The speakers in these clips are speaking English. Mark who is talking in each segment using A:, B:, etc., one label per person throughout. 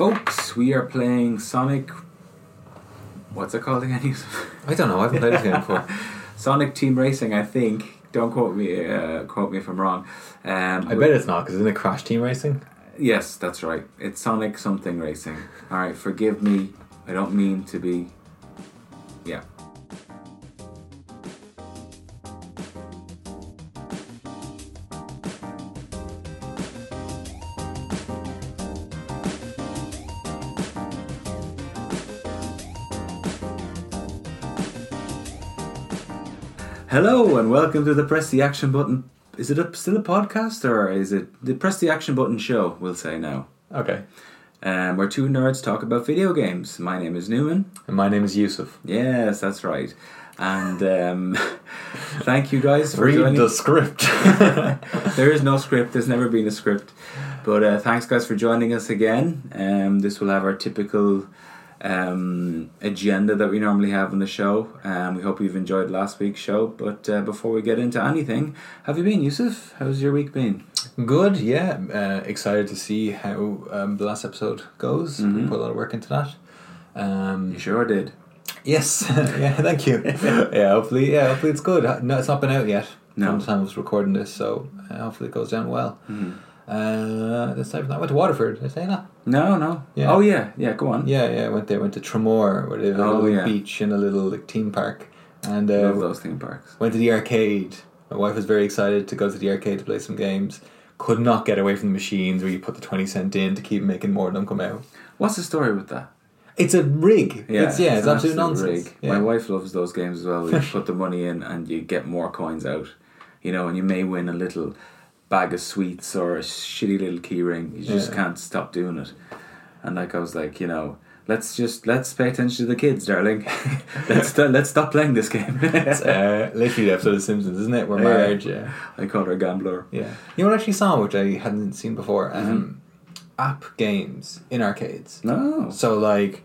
A: Folks, we are playing Sonic. What's it called again?
B: I don't know. I haven't played this game before.
A: Sonic Team Racing, I think. Don't quote me. Uh, quote me if I'm wrong. Um,
B: I bet it's not because isn't it Crash Team Racing?
A: Yes, that's right. It's Sonic something racing. All right, forgive me. I don't mean to be. Yeah. Hello and welcome to the Press the Action Button. Is it a, still a podcast or is it the Press the Action Button show? We'll say now.
B: Okay.
A: Um, where two nerds talk about video games. My name is Newman.
B: And my name is Yusuf.
A: Yes, that's right. And um, thank you guys for
B: Read
A: joining.
B: the script.
A: there is no script. There's never been a script. But uh, thanks, guys, for joining us again. Um, this will have our typical um, agenda that we normally have on the show. Um, we hope you've enjoyed last week's show. But uh, before we get into anything, have you been, Yusuf? How's your week been?
B: Good. Yeah. Uh, excited to see how um, the last episode goes.
A: Mhm.
B: Put a lot of work into that.
A: You
B: Um,
A: sure did.
B: yes. yeah. Thank you. yeah. Hopefully. Yeah. Hopefully it's good. No, it's not been out yet.
A: No.
B: From the time I was recording this, so uh, hopefully it goes down well.
A: Mhm.
B: Uh, this time I went to Waterford. Did I say that?
A: No, no.
B: Yeah.
A: Oh, yeah. Yeah, go on.
B: Yeah, yeah, I went there. Went to Tremor, where they have a
A: Oh,
B: little
A: yeah.
B: beach and a little like, theme park, and
A: Love
B: uh,
A: those theme parks.
B: went to the arcade. My wife was very excited to go to the arcade to play some games. Could not get away from the machines where you put the twenty cent in to keep making more of them come out. It's
A: What's the story with that?
B: it's a rig. Yeah, it's, yeah, it's,
A: an
B: absolute,
A: absolute
B: nonsense.
A: rig.
B: Yeah.
A: My wife loves those games as well. where You put the money in and you get more coins out, you know, and you may win a little bag of sweets or a shitty little key ring. You just
B: Yeah.
A: can't stop doing it. And like I was like, you know, let's just let's pay attention to the kids, darling. let's st- let's stop playing this game.
B: It's, uh, literally the episode of The Simpsons, isn't it? Where
A: Yeah.
B: Marge, yeah.
A: I call her a gambler.
B: Yeah. You know what I actually saw, which I hadn't seen before?
A: Mm-hmm.
B: Um, App games in arcades.
A: No,
B: So, like,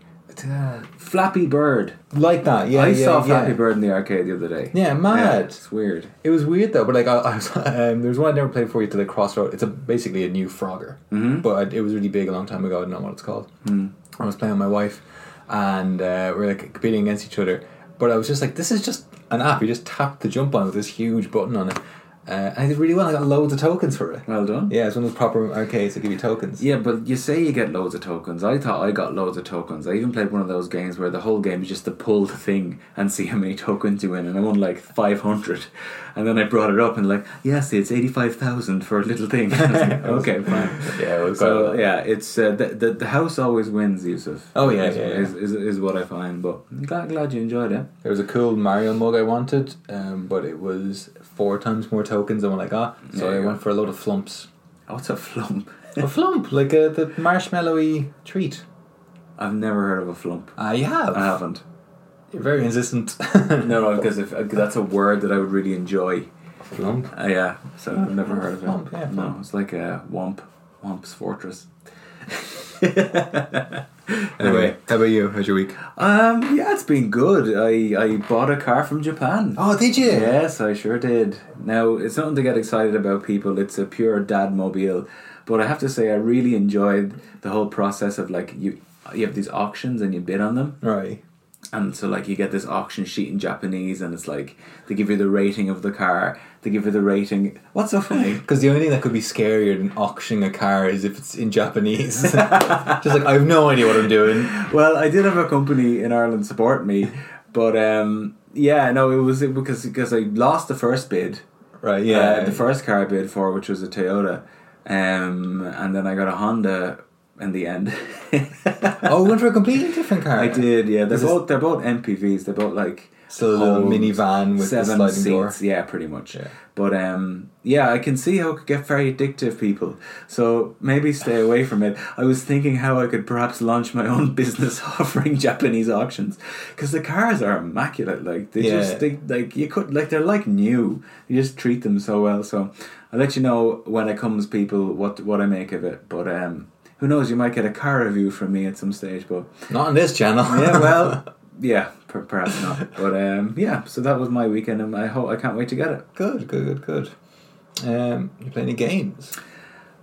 B: uh,
A: Flappy Bird.
B: like that. Yeah,
A: I
B: yeah,
A: saw
B: yeah.
A: Flappy Bird in the arcade the other day.
B: Yeah, mad.
A: it's weird.
B: It was weird though, but like I, I was, um, there was one I never played before. You to the Crossroad. It's a, basically a new Frogger,
A: Mhm.
B: but it was really big a long time ago. I don't know what it's called.
A: Mm.
B: I was playing with my wife, and uh, we were like competing against each other. But I was just like, this is just an app. You just tap the jump on with this huge button on it, uh, and I did really well. I got loads of tokens for it.
A: Well done.
B: Yeah, it's one of those proper arcades that give you tokens.
A: Yeah, but you say you get loads of tokens. I thought I got loads of tokens. I even played one of those games where the whole game is just to pull the thing and see how many tokens you win, and I won like 500. And then I brought it up and, like, yes, it's 85,000 for a little thing. I was like, okay, fine.
B: Yeah, it was quite a
A: So,
B: lot.
A: yeah, it's uh, the, the, the house always wins, Yusuf.
B: Oh, yeah,
A: is,
B: yeah, yeah.
A: Is, is, is what I find, but I'm glad, glad you enjoyed it.
B: There was a cool Mario mug I wanted, um, but it was four times more tokens than what I got, so
A: There you
B: I
A: go.
B: went for a load of flumps.
A: Oh, what's a flump?
B: a flump, like a, the marshmallowy treat.
A: I've never heard of a flump.
B: I have.
A: I haven't.
B: You're very insistent.
A: No, no, because if, that's a word that I would really enjoy.
B: Flump.
A: Uh, yeah, so I've never heard of it.
B: Womp, yeah,
A: no,
B: womp.
A: it's like a Womp, Womp's Fortress.
B: Anyway, how about you? How's your week?
A: Um, yeah, it's been good. I, I bought a car from Japan.
B: Oh, did you?
A: Yes, I sure did. Now, it's nothing to get excited about, people. It's a pure dad mobile. But I have to say, I really enjoyed the whole process of like, you, you have these auctions and you bid on them.
B: Right.
A: and so like you get this auction sheet in Japanese and it's like they give you the rating of the car they give you the rating what's so funny
B: Because the only thing that could be scarier than auctioning a car is if it's in Japanese. Just like, I have no idea what I'm doing.
A: well I did have a company in Ireland support me but um yeah no it was it because because I lost the first bid
B: Right,
A: yeah
B: yeah.
A: the first car I bid for which was a Toyota um and then I got a Honda in the end
B: oh, we went for a completely different car.
A: I did yeah they're
B: This is-
A: both they're both MPVs they're both like
B: So a little
A: homes.
B: minivan with the sliding door.
A: Yeah, pretty much.
B: Yeah.
A: But um, yeah, I can see how it could get very addictive, people. So maybe stay away from it. I was thinking how I could perhaps launch my own business offering Japanese auctions because the cars are immaculate. Like they
B: Yeah.
A: just they, like you could like they're like new. You just treat them so well. So I'll let you know when it comes, people, what what I make of it. But um, who knows? You might get a car review from me at some stage. But
B: Not on this channel.
A: yeah, well, yeah, per- perhaps not. But um, yeah, so that was my weekend, and I hope I can't wait to get it.
B: good, good, good, good. Um, you play any games?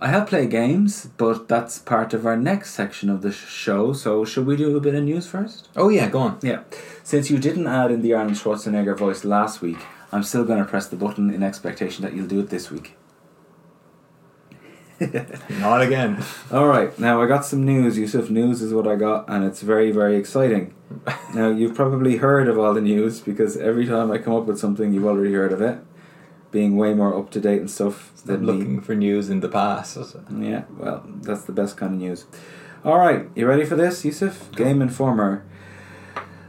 A: I help play games, but that's part of our next section of the sh- show. So should we do a bit of news first?
B: Oh yeah, go on.
A: Yeah. Since you didn't add in the Arnold Schwarzenegger voice last week, I'm still going to press the button in expectation that you'll do it this week.
B: Not again.
A: All right, now I got some news. Yusuf, news is what I got, and it's very, very exciting. now, you've probably heard of all the news because every time I come up with something, you've already heard of it, being way more up to date and stuff than
B: I'm
A: me.
B: looking for news in the past. All
A: Yeah, well, that's the best kind of news. All right, you ready for this, Yusuf? Game Informer.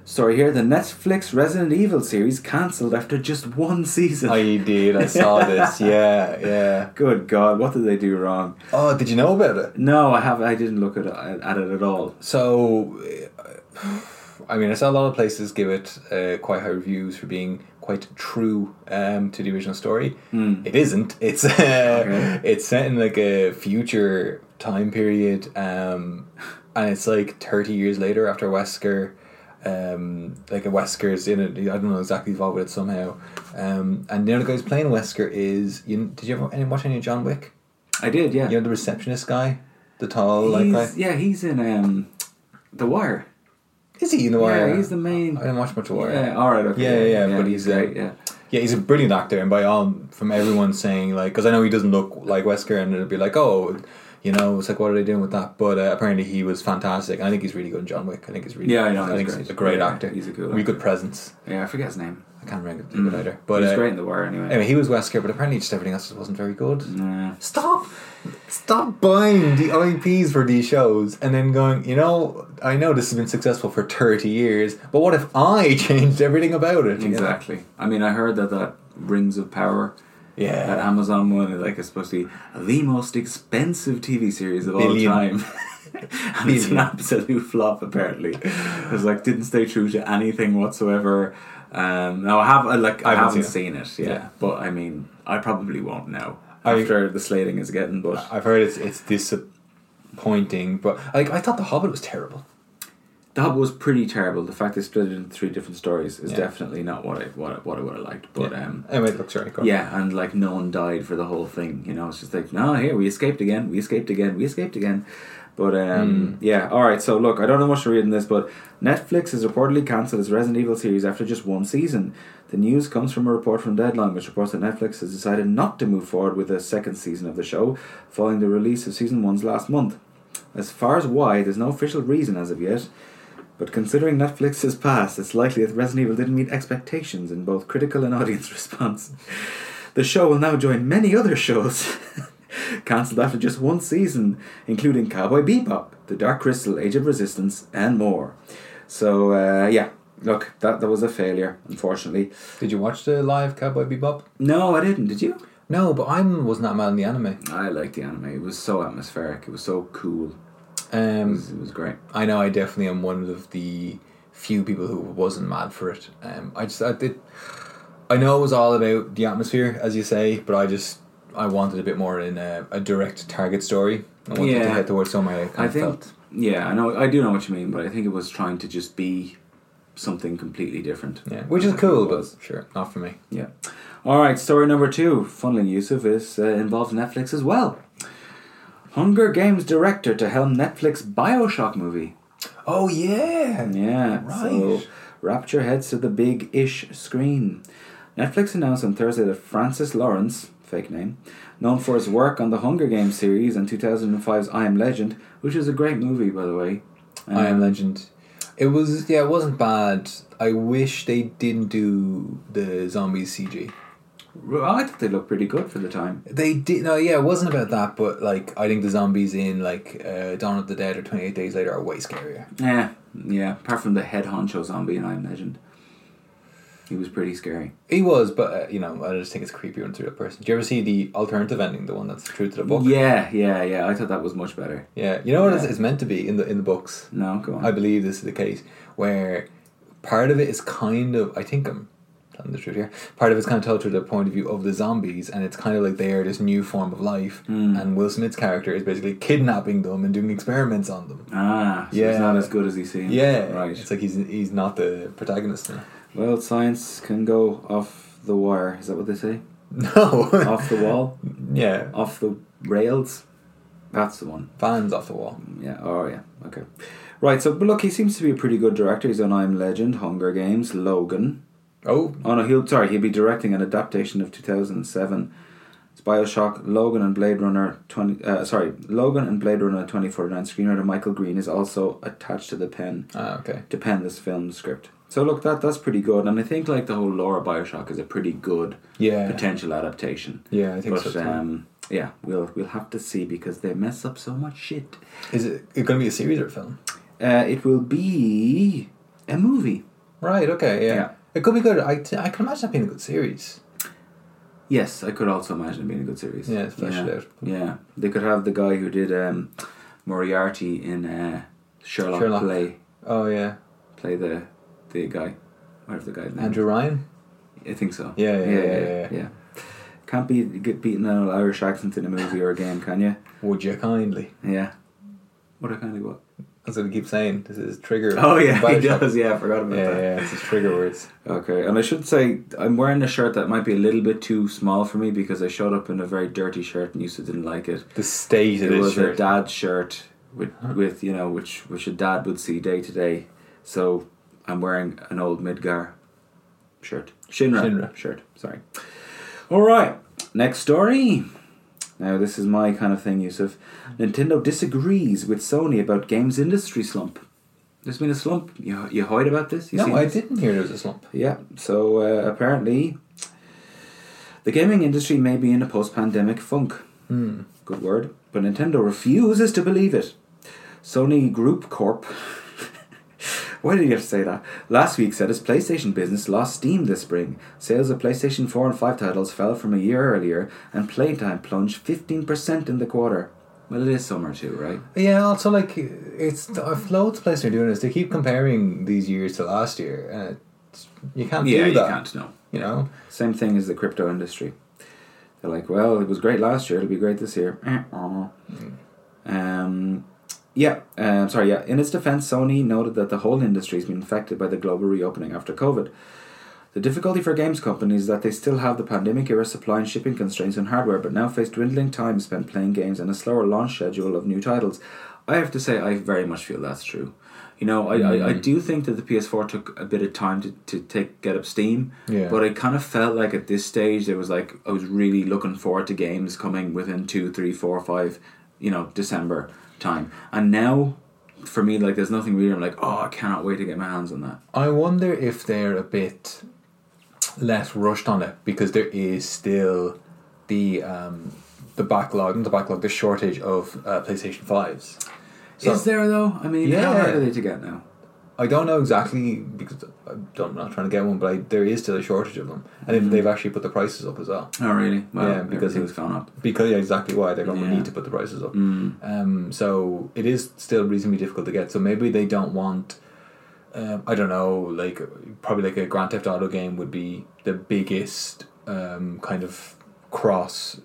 A: Story here: The Netflix Resident Evil series cancelled after just one season.
B: you did. I saw this. Yeah, yeah.
A: Good God, what did they do wrong?
B: Oh, did you know about it?
A: No, I have. I didn't look at it, at it at all.
B: So, uh, I mean, I saw a lot of places give it uh, quite high reviews for being quite true um, to the original story. It isn't. It's uh,
A: Okay.
B: it's set in like a future time period, um, and it's like thirty years later after Wesker. Um, like a Wesker's in it. I don't know exactly involved with it somehow. Um, and the other guy's playing Wesker is. You, did you ever any- watch any of John Wick?
A: I did, yeah.
B: You know the receptionist guy, the tall like guy.
A: He's, yeah, he's in um, The Wire.
B: Is he in the wire?
A: Yeah, he's the main.
B: I didn't watch much of Wire.
A: Yeah, all right, okay.
B: Yeah, yeah, yeah, but he's, uh,
A: great. Yeah,
B: Yeah, he's a brilliant actor, and by all from everyone saying like, because I know he doesn't look like Wesker, and it'll be like, oh, you know, it's like what are they doing with that? But uh, apparently he was fantastic. and I think he's really good in John Wick. I think he's really,
A: Yeah, I know,
B: I
A: he's
B: think
A: great.
B: he's a great
A: Yeah,
B: actor.
A: he's a good
B: really good presence.
A: yeah. I forget his name.
B: I can't remember the mm. either, but
A: But he's
B: uh,
A: great in The Wire, anyway.
B: anyway, he was Wesker, but apparently just everything else wasn't very good.
A: Nah.
B: Stop! Stop buying the IPs for these shows and then going, you know, I know this has been successful for 30 years, but what if I changed everything about it? you know?
A: Exactly. I mean, I heard that that Rings of Power, that
B: Yeah.
A: Amazon one, is like it's supposed to be the most expensive TV series of
B: Billion.
A: all time. and it's an
B: Billion.
A: absolute flop, apparently. It was like didn't stay true to anything whatsoever. Um, now I have I, like I,
B: I haven't
A: haven't
B: seen
A: seen it, yeah.
B: Yeah.
A: But I mean, I probably won't now
B: Are you-
A: after the slating is getting. But
B: I've heard it's it's disappointing, but like I thought The Hobbit was terrible.
A: that was pretty terrible. The fact they split it into three different stories is
B: Yeah.
A: definitely not what I what I, what I would have liked. But um,
B: anyway, look, sorry, go on.
A: Yeah, and like no one died for the whole thing. You know, it's just like, no, here we escaped again, we escaped again, we escaped again. But um, yeah, all right. So look, I don't know much to read in this, but Netflix has reportedly cancelled its Resident Evil series after just one season. The news comes from a report from Deadline, which reports that Netflix has decided not to move forward with a second season of the show following the release of season one's last month. As far as why, there's no official reason as of yet. But considering Netflix's past, it's likely that Resident Evil didn't meet expectations in both critical and audience response. The show will now join many other shows cancelled after just one season, including Cowboy Bebop, The Dark Crystal, Age of Resistance, and more. So, uh, yeah, look, that, that was a failure, unfortunately.
B: Did you watch the live Cowboy Bebop?
A: No, I didn't, did you?
B: No, but I was not mad in the anime.
A: I liked the anime. It was so atmospheric, it was so cool. It
B: Um,
A: was, it was great.
B: I know I definitely am one of the few people who wasn't mad for it. Um, I just I did. I know it was all about the atmosphere, as you say, but I just I wanted a bit more in a, a direct target story. I wanted to
A: Yeah.
B: head towards somewhere I
A: I
B: kind of
A: think,
B: felt.
A: yeah, I know, I do know what you mean, but I think it was trying to just be something completely different.
B: Yeah, which is cool, but sure, not for me.
A: Yeah. All right, story number two, funneling Yusuf, is uh, involves Netflix as well. Hunger Games director to helm Netflix Bioshock movie.
B: Oh yeah,
A: Yeah, so
B: Right.
A: Rapture heads to the big ish screen. Netflix announced on Thursday that Francis Lawrence, fake name, known for his work on the Hunger Games series and 2005's I Am Legend, which is a great movie, by the way. Um,
B: I Am Legend. It was yeah, it wasn't bad. I wish they didn't do the zombies CG.
A: I thought they looked pretty good for the time.
B: They did no, yeah, it wasn't about that, but like I think the zombies in like uh, Dawn of the Dead or Twenty Eight Days Later are way scarier.
A: Yeah, yeah. Apart from the head honcho zombie in I Am Legend, he was pretty scary.
B: He was, but uh, you know, I just think it's creepy when it's a real person. Do you ever see the alternative ending, the one that's true to the book?
A: Yeah, yeah, yeah. I thought that was much better.
B: Yeah. You know what it's,
A: Yeah.
B: it's meant to be in the in the books.
A: No, go on.
B: I believe this is the case where part of it is kind of I think I'm telling the truth here. Part of it's kind of told through the point of view of the zombies, and it's kind of like they are this new form of life,
A: Hmm.
B: and Will Smith's character is basically kidnapping them and doing experiments on them.
A: ah, so
B: Yeah.
A: he's not as good as he seems.
B: Yeah,
A: right.
B: It's like he's he's not the protagonist now.
A: well, science can go off the wire. Is that what they say?
B: No,
A: off the wall,
B: yeah,
A: off the rails. That's the one.
B: Fans off the wall.
A: Yeah. Oh, yeah. Okay. Right. So, but look, he seems to be a pretty good director. He's on I Am Legend, Hunger Games, Logan.
B: Oh,
A: Oh no, he'll sorry, he'll be directing an adaptation of two thousand and seven. It's Bioshock, Logan and Blade Runner twenty. Uh, sorry, Logan and Blade Runner twenty forty nine. Screenwriter Michael Green is also attached to the pen
B: ah, okay.
A: to pen this film script. So look, that that's pretty good, and I think like the whole lore of Bioshock is a pretty good
B: Yeah.
A: potential adaptation.
B: Yeah, I think
A: but
B: so. too.
A: um, yeah, we'll we'll have to see because they mess up so much shit.
B: Is it, it going to be a series or a film?
A: Uh, it will be a movie.
B: Right, okay, yeah.
A: Yeah.
B: It could be good. I, t- I can imagine that being a good series.
A: Yes, I could also imagine it being a good series.
B: Yeah, it's fleshed out.
A: Yeah, they could have the guy who did um, Moriarty in uh, Sherlock,
B: Sherlock.
A: play
B: Oh, yeah.
A: play the the guy. Where's the guy's name?
B: Andrew Ryan?
A: I think so.
B: Yeah, yeah, yeah, yeah, yeah.
A: Can't be get beaten on an Irish accent in a movie or a game, can you?
B: Would you kindly?
A: Yeah. What I kind of what?
B: That's what we keep saying. This is trigger.
A: Oh yeah, he
B: Bioshock.
A: does. Yeah, I forgot
B: Yeah,
A: about that.
B: yeah, it's his trigger words.
A: Okay, and I should say I'm wearing a shirt that might be a little bit too small for me because I showed up in a very dirty shirt and Yusuf didn't like it.
B: The state of
A: It
B: this
A: was a
B: shirt.
A: dad shirt with with you know which which a dad would see day to day. So I'm wearing an old Midgar shirt, Shinra,
B: Shinra.
A: shirt. Sorry. All right, next story. Now this is my kind of thing, Yusuf. Nintendo disagrees with Sony about games industry slump. There's been a slump. You you heard about this? You
B: no,
A: seen
B: I
A: this?
B: didn't hear there was a slump.
A: Yeah, so uh, apparently the gaming industry may be in a post pandemic funk.
B: Hmm.
A: Good word. But Nintendo refuses to believe it. Sony Group Corp. Why did you have to say that? Last week said its PlayStation business lost steam this spring. Sales of PlayStation 4 and 5 titles fell from a year earlier, and playtime plunged 15% in the quarter. Well, it is summer too, right?
B: Yeah, also, like, it's I've loads of places are doing this. They keep comparing these years to last year. And it's, you can't do that.
A: no.
B: You know?
A: Same thing as the crypto industry. They're like, well, it was great last year, it'll be great this year. Eh, aw. Um, yeah, um, sorry, yeah. In its defense, Sony noted that the whole industry has been affected by the global reopening after COVID. The difficulty for games companies is that they still have the pandemic era supply and shipping constraints on hardware, but now face dwindling time spent playing games and a slower launch schedule of new titles. I have to say, I very much feel that's true. You know, I, I, I do think that the PS4 took a bit of time to, to take get up steam,
B: Yeah.
A: but I kind of felt like at this stage there was like I was really looking forward to games coming within two, three, four, five, you know, December time. And now, for me, like there's nothing really. I'm like, oh, I cannot wait to get my hands on that.
B: I wonder if they're a bit less rushed on it because there is still the um, the backlog, not the backlog, the shortage of uh, PlayStation fives. So
A: Is there though? I mean, how
B: Yeah.
A: hard are they to get now?
B: I don't know exactly because I don't, I'm not trying to get one, but I, there is still a shortage of them, and if they've actually put the prices up as well.
A: Oh, really? Well,
B: Yeah, because
A: everything's gone up.
B: Because yeah, exactly why they're going
A: Yeah.
B: to need to put the prices up.
A: Hmm.
B: Um, so it is still reasonably difficult to get. So maybe they don't want. Um, I don't know, like probably like a Grand Theft Auto game would be the biggest um, kind of cross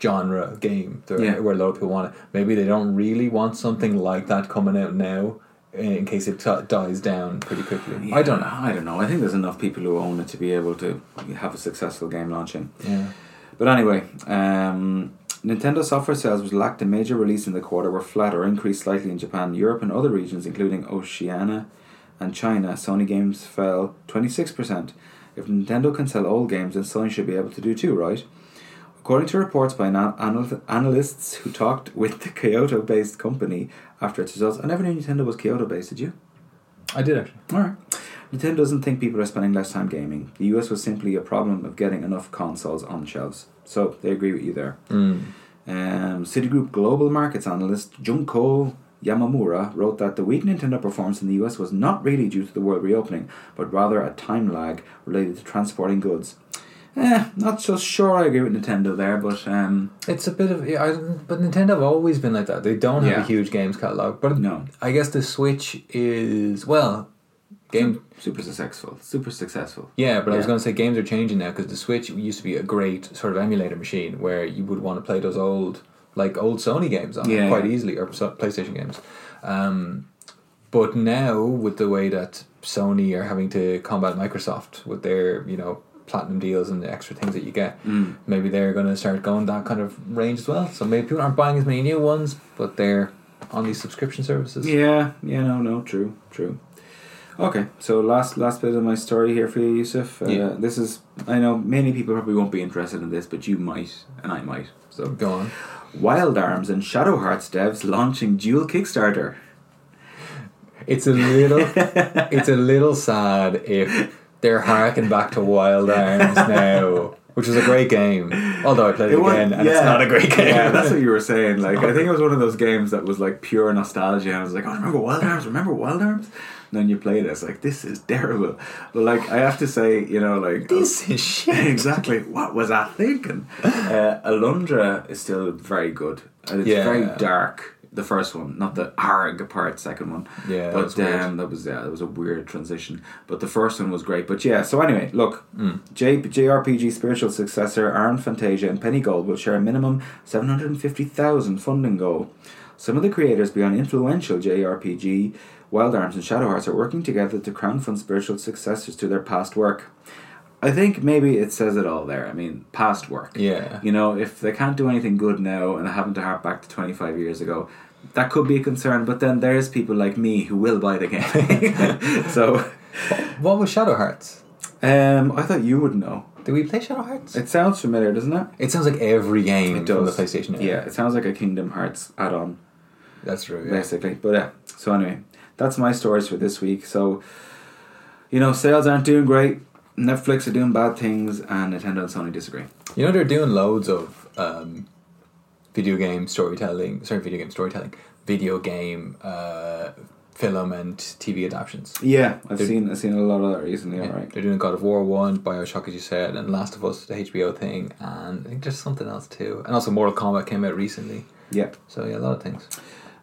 B: genre game there,
A: Yeah.
B: where a lot of people want it. Maybe they don't really want something like that coming out now eh, in case it t- dies down pretty quickly. I don't know.
A: I don't know. I think there's enough people who own it to be able to have a successful game launching.
B: Yeah.
A: But anyway, um, Nintendo software sales, which lacked a major release in the quarter, were flat or increased slightly in Japan, Europe, and other regions, including Oceania and China. Sony games fell 26%. If Nintendo can sell old games, then Sony should be able to do too, right? According to reports by an- anal- analysts who talked with the Kyoto based company after its results, I never knew Nintendo was Kyoto based, did you?
B: I did actually.
A: Alright. Nintendo doesn't think people are spending less time gaming. The US was simply a problem of getting enough consoles on shelves. So they agree with you there.
B: Hmm.
A: Um, Citigroup Global Markets analyst Junko Yamamura wrote that the weak Nintendo performance in the US was not really due to the world reopening, but rather a time lag related to transporting goods. Eh, not so sure I agree with Nintendo there, but um,
B: It's a bit of yeah, I, but Nintendo have always been like that. They don't have
A: Yeah.
B: a huge games catalog, but
A: No.
B: I guess the Switch is well, game.
A: super successful. Super successful.
B: Yeah, but I was
A: Yeah.
B: going to say games are changing now because the Switch used to be a great sort of emulator machine where you would want to play those old like old Sony games on it
A: Yeah,
B: quite
A: yeah.
B: easily or so- PlayStation games. Um, but now with the way that Sony are having to combat Microsoft with their you know platinum deals and the extra things that you get.
A: Mm.
B: Maybe they're going to start going that kind of range as well. So maybe people aren't buying as many new ones, but they're on these subscription services.
A: Yeah, yeah, no, no, true, true. Okay, so last last bit of my story here for you, Yusuf. Uh,
B: Yeah.
A: This is I know many people probably won't be interested in this, but you might and I might. So,
B: Go on.
A: Wild Arms and Shadow Hearts devs launching dual Kickstarter.
B: It's a little, it's a little sad if they're harking back to Wild Arms now, which was a great game. Although I played it,
A: It was-
B: again, and it's
A: yeah.
B: not a great game.
A: Yeah, that's what you were saying. Like, I think it was one of those games that was like pure nostalgia. I was like, oh, remember Wild Arms? Remember Wild Arms? And then you play this, like, this is terrible. But like, I have to say, you know, like
B: this is shit.
A: exactly what was I thinking? Uh, Alundra is still very good. And It's
B: Yeah.
A: very dark. The first one, not the Arg apart second one.
B: Yeah,
A: but
B: that's weird.
A: um, that was yeah, that was a weird transition. But the first one was great. But yeah, so anyway, look, J- JRPG spiritual successor Iron Fantasia and Penny Gold will share a minimum seven hundred and fifty thousand funding goal. Some of the creators behind influential JRPG Wild Arms and Shadow Hearts are working together to crown fund spiritual successors to their past work. I think maybe it says it all there. I mean, past work.
B: Yeah.
A: You know, if they can't do anything good now and they haven't to hark back to 25 years ago, that could be a concern. But then there's people like me who will buy the game. so,
B: What was Shadow Hearts?
A: um, I thought you would know.
B: Did we play Shadow Hearts?
A: It sounds familiar, doesn't it?
B: It sounds like every game
A: It
B: from the
A: does.
B: PlayStation. era.
A: Yeah, it sounds like a Kingdom Hearts add on.
B: that's true. Yeah.
A: basically. But yeah, so anyway, that's my stories for this week. So, you know, sales aren't doing great. Netflix are doing bad things, and Nintendo and Sony disagree.
B: You know they're doing loads of um, video game storytelling. Sorry, video game storytelling. Video game uh, film and TV adaptions.
A: Yeah, I've
B: They're-
A: seen I've seen a lot of that recently.
B: Yeah,
A: All right.
B: They're doing God of War one, Bioshock as you said, and Last of Us, the HBO thing, and I think there's something else too. And also Mortal Kombat came out recently.
A: Yeah,
B: So yeah, a lot of things.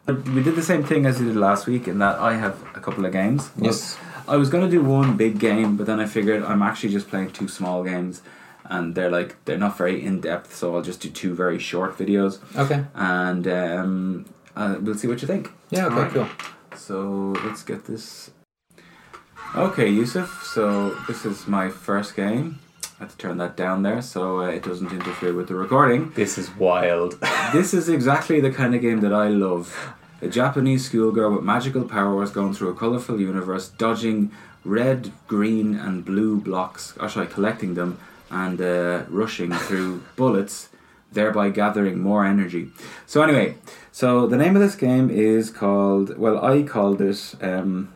A: we did the same thing as we did last week in that I have a couple of games.
B: Yes.
A: I was gonna do one big game, but then I figured I'm actually just playing two small games, and they're like they're not very in depth, so I'll just do two very short videos,
B: Okay.
A: and um, uh, we'll see what you think.
B: Yeah. Okay.
A: Alright.
B: Cool.
A: So let's get this. Okay, Yusuf. So this is my first game. I have to turn that down there so uh, it doesn't interfere with the recording.
B: This is wild.
A: This is exactly the kind of game that I love. A Japanese schoolgirl with magical powers going through a colourful universe, dodging red, green, and blue blocks, or sorry, collecting them, and uh, rushing through bullets, thereby gathering more energy. So, anyway, so the name of this game is called, well, I called it. Um,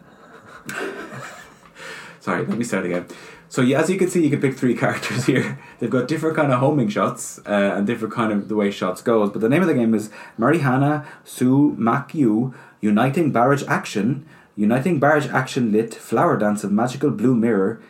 A: Sorry, let me start again. So yeah, as you can see, you can pick three characters here. They've got different kind of homing shots uh, and different kind of the way shots goes. But the name of the game is Marihana Su Makyu Uniting Barrage Action, Uniting Barrage Action Lit Flower Dance of Magical Blue Mirror,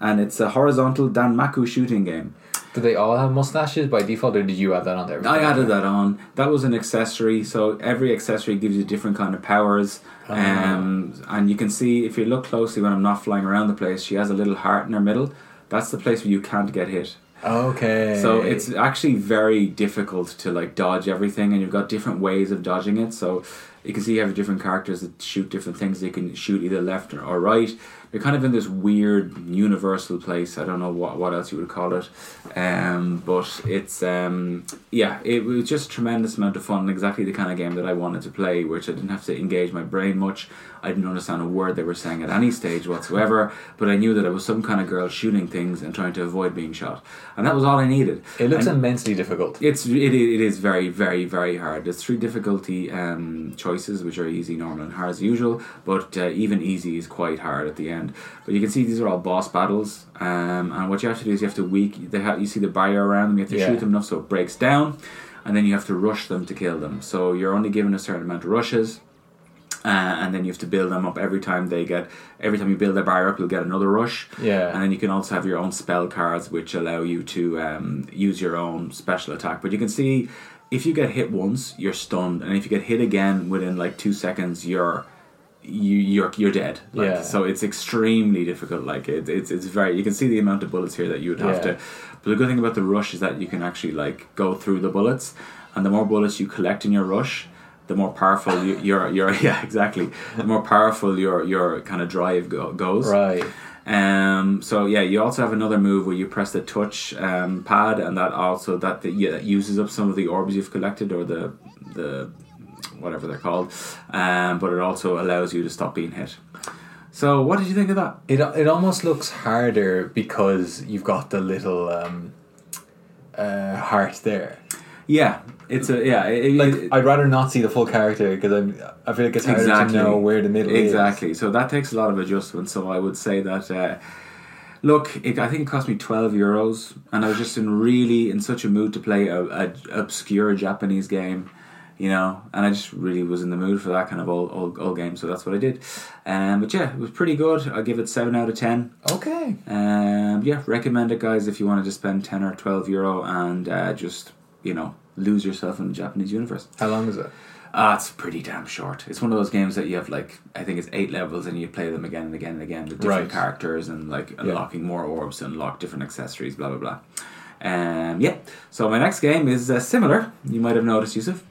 A: and it's a horizontal Danmaku shooting game.
B: Do they all have mustaches by default, or did you add that on there?
A: I added that on. That was an accessory, so every accessory gives you different kind of powers. Um, and you can see if you look closely when I'm not flying around the place, she has a little heart in her middle. That's the place where you can't get hit.
B: Okay.
A: So it's actually very difficult to like dodge everything, and you've got different ways of dodging it. So you can see you have different characters that shoot different things. They can shoot either left or, or right. You're kind of in this weird universal place. I don't know what, what else you would call it, um, but it's um, yeah, it was just tremendous amount of fun. and Exactly the kind of game that I wanted to play, which I didn't have to engage my brain much. I didn't understand a word they were saying at any stage whatsoever, but I knew that I was some kind of girl shooting things and trying to avoid being shot, and that was all I needed.
B: It looks
A: And
B: immensely difficult.
A: it's it, it is very very very hard. There's three difficulty um, choices, which are easy, normal, and hard as usual. But uh, even easy is quite hard at the end. But you can see these are all boss battles, um, and what you have to do is you have to weak. They have you see the barrier around them. You have to
B: Yeah.
A: shoot them enough so it breaks down, and then you have to rush them to kill them. So you're only given a certain amount of rushes uh, and then you have to build them up every time they get every time you build their barrier up you'll get another rush
B: Yeah.
A: and then you can also have your own spell cards which allow you to um, use your own special attack but you can see if you get hit once you're stunned and if you get hit again within like two seconds you're you, you're you're dead like,
B: Yeah.
A: so it's extremely difficult like it, it's it's very you can see the amount of bullets here that you would have to
B: Yeah.
A: but the good thing about the rush is that you can actually like go through the bullets, and the more bullets you collect in your rush, the more powerful you, your your yeah exactly the more powerful your your kind of drive go, goes.
B: Right.
A: Um, so yeah, you also have another move where you press the touch um, pad, and that also that the, yeah, that uses up some of the orbs you've collected or the the whatever they're called. Um, but it also allows you to stop being hit. So what did you think of that?
B: It it almost looks harder because you've got the little um, uh, heart there.
A: Yeah, it's a yeah. It,
B: Like
A: it-
B: I'd rather not see the full character because I'm I feel like it's harder
A: Exactly.
B: to know where the middle
A: exactly. So that takes a lot of adjustment. So I would say that. Uh, Look, it, I think it cost me twelve euros, and I was just in really in such a mood to play a, a obscure Japanese game, you know, and I just really was in the mood for that kind of old old, old game. So that's what I did. Um, but yeah, it was pretty good. I give it seven out of ten.
B: is. Okay.
A: Um, yeah, recommend it, guys, if you wanted to spend ten or twelve euro and uh, just you know lose yourself in the Japanese universe.
B: How long is it?
A: Ah, it's pretty damn short. It's one of those games that you have like I think it's eight levels and you play them again and again and again with different
B: Right.
A: characters and like unlocking more orbs to unlock different accessories, blah blah blah. Um, yeah. So my next game is uh, similar. You might have noticed, Yusuf.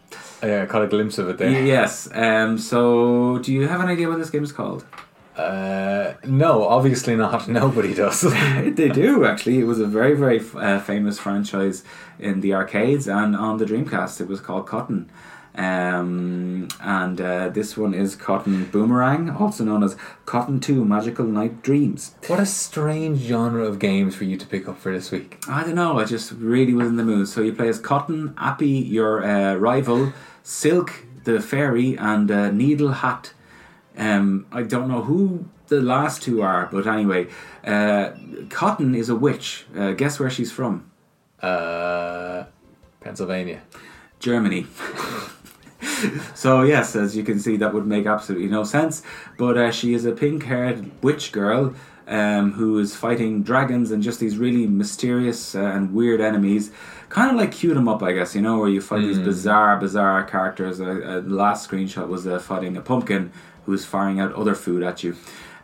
B: Yeah, I caught a glimpse of it there.
A: Yes. Um, so do you have an idea what this game is called?
B: Uh, no, obviously not. Nobody does.
A: they do actually. It was a very very f- uh, famous franchise in the arcades and on the Dreamcast. It was called Cotton. Um, and uh, this one is Cotton Boomerang, also known as Cotton Two Magical Night Dreams.
B: what a strange genre of games for you to pick up for this week.
A: I don't know. I just really was in the mood. So you play as Cotton, Appy, your uh, rival, Silk, the fairy, and uh, Needle Hat. Um, I don't know who the last two are, but anyway, uh, Cotton is a witch. Uh, guess where she's from?
B: Uh, Pennsylvania.
A: Germany. so yes, as you can see, that would make absolutely no sense. But uh, she is a pink-haired witch girl um, who is fighting dragons and just these really mysterious uh, and weird enemies. Kind of like cue them up, I guess. You know, where you fight these bizarre, bizarre characters. Uh, uh, the last screenshot was uh, fighting a pumpkin who's firing out other food at you.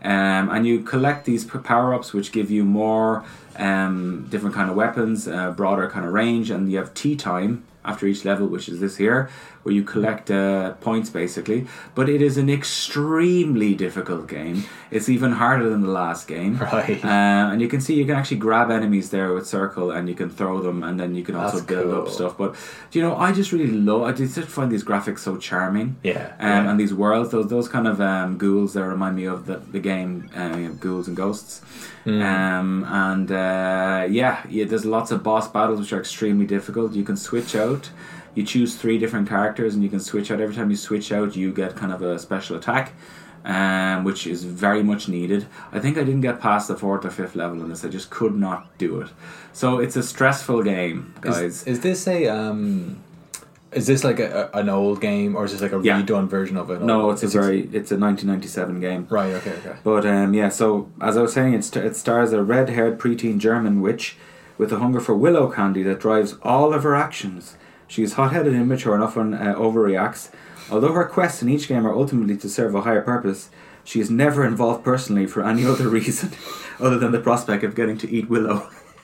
A: Um, and you collect these power ups, which give you more um, different kind of weapons, uh, broader kind of range, and you have tea time after each level, which is this here, where you collect uh, points basically. But it is an extremely difficult game. It's even harder than the last game.
B: Right.
A: Uh, and you can see you can actually grab enemies there with circle, and you can throw them, and then you can also
B: That's
A: build up
B: cool.
A: stuff. But you know, I just really love. I just find these graphics so charming
B: Yeah.
A: um,
B: yeah.
A: and these worlds, those those kind of um, ghouls that remind me of the the game uh, you know, Ghouls and Ghosts.
B: Hmm.
A: Um, and uh, yeah, yeah, there's lots of boss battles which are extremely difficult. You can switch out. You choose three different characters, and you can switch out. Every time you switch out, you get kind of a special attack. Um, which is very much needed. I think I didn't get past the fourth or fifth level in this. I just could not do it. So it's a stressful game, guys.
B: is, is this a um? Is this like a, a- an old game or is this like a
A: Yeah.
B: redone version of it?
A: no,
B: Or
A: it's a
B: is this-
A: very it's a 1997 game.
B: right. Okay. Okay.
A: But um, yeah, so as I was saying, it, st- it stars a red haired preteen German witch with a hunger for willow candy that drives all of her actions. She is hot headed, immature, and often uh, overreacts. Although her quests in each game are ultimately to serve a higher purpose, she is never involved personally for any other reason other than the prospect of getting to eat willow.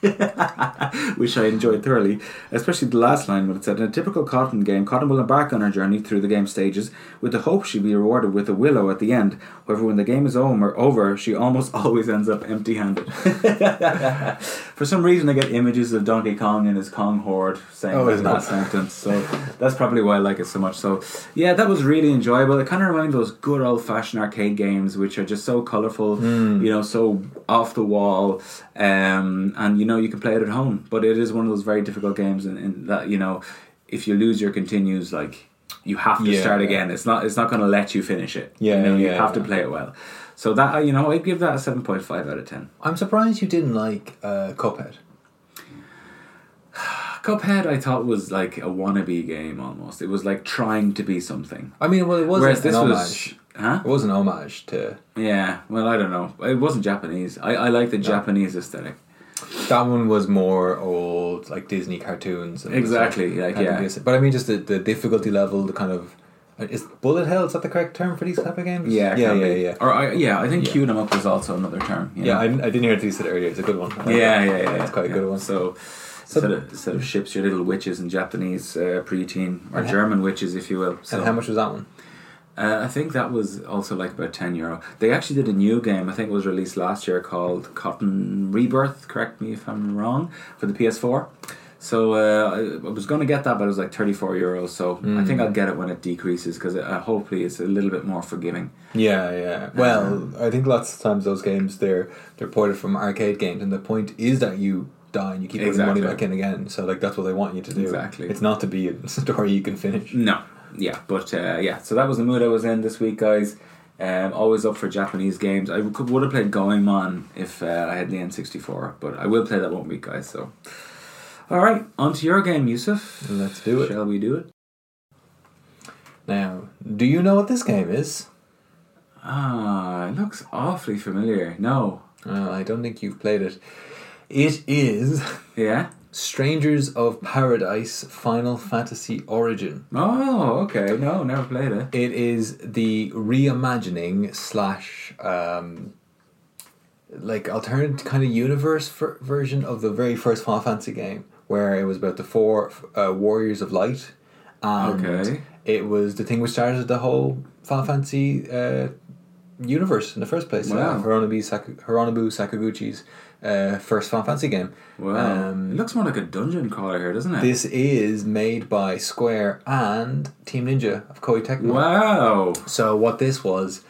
A: which I enjoyed thoroughly, especially the last line when it said, In a typical Cotton game, Cotton will embark on her journey through the game stages with the hope she'll be rewarded with a willow at the end. However, when the game is over, over she almost always ends up empty handed. For some reason, I get images of Donkey Kong and his Kong horde saying
B: Oh,
A: that
B: isn't
A: last sentence, so that's probably why I like it so much. So, yeah, that was really enjoyable. It kind of reminded me of those good old fashioned arcade games, which are just so colorful,
B: Mm.
A: you know, so off the wall, um, and you know you can play it at home. But it is one of those very difficult games, and, and that you know, if you lose your continues, like you have to
B: Yeah,
A: start
B: yeah.
A: again. It's not it's not going to let you finish it.
B: Yeah,
A: you know, you
B: yeah,
A: have to
B: yeah.
A: play it well. So that uh, you know, I'd give that a seven point five out of ten.
B: I'm surprised you didn't like uh, Cuphead.
A: Cuphead, I thought was like a wannabe game almost. It was like trying to be something.
B: I mean, well, it was
A: Whereas
B: an
A: this
B: homage.
A: was, huh?
B: It was an homage to
A: Yeah. Well, I don't know. It wasn't Japanese. I, I like the Japanese aesthetic.
B: That one was more old, like Disney cartoons. And
A: Exactly,
B: stuff.
A: like,
B: Kind of
A: yeah.
B: this- But I mean, just the, the difficulty level, the kind of uh, is bullet hell. Is that the correct term for these type of games?
A: Yeah.
B: yeah,
A: can
B: yeah,
A: be.
B: yeah.
A: Or I, yeah, I think
B: Yeah.
A: queue them up was also another term. you
B: Yeah,
A: know?
B: I, I didn't hear it you said earlier. It's a good one.
A: yeah, yeah, yeah.
B: It's quite
A: yeah.
B: a good one.
A: So.
B: So-
A: instead, of, instead of ships, your little witches and Japanese uh, preteen or German witches, if you will. So,
B: And how much was that one?
A: Uh, I think that was also like about ten euro. They actually did a new game. I think it was released last year called Cotton Rebirth. Correct me if I'm wrong for the PS4. So uh, I- I was going to get that, but it was like thirty four euros. So I think I'll get it when it decreases because uh, hopefully it's a little bit more forgiving.
B: Yeah, yeah. Well, I think lots of times those games they're they're ported from arcade games, and the point is that you die and you keep putting
A: Exactly.
B: money back in again. So like that's what they want you to do.
A: Exactly.
B: It's not to be a story you can finish.
A: No, yeah, but uh, yeah. So that was the mood I was in this week, guys. Um, always up for Japanese games. I could, would have played Goemon if uh, I had the N sixty four, but I will play that one week, guys. So, all right, on to your game, Yusuf.
B: Let's do it.
A: Shall we do it?
B: Now, do you know what this game is?
A: Ah, it looks awfully familiar. No,
B: Uh, I don't think you've played it. It is
A: yeah.
B: Strangers of Paradise Final Fantasy Origin.
A: Oh, okay. No, never played it.
B: It is the reimagining slash um, like alternate kind of universe ver- version of the very first Final Fantasy game, where it was about the four uh, warriors of light, and
A: Okay.
B: it was the thing which started the whole Final Fantasy uh, universe in the first place.
A: Wow.
B: Uh, Hironobu, Saku- Hironobu Sakaguchi's uh, first Final Fantasy game.
A: Wow,
B: Um,
A: it looks more like a dungeon crawler here, doesn't it?
B: This is made by Square and Team Ninja of Koei Tecmo.
A: wow.
B: So what this was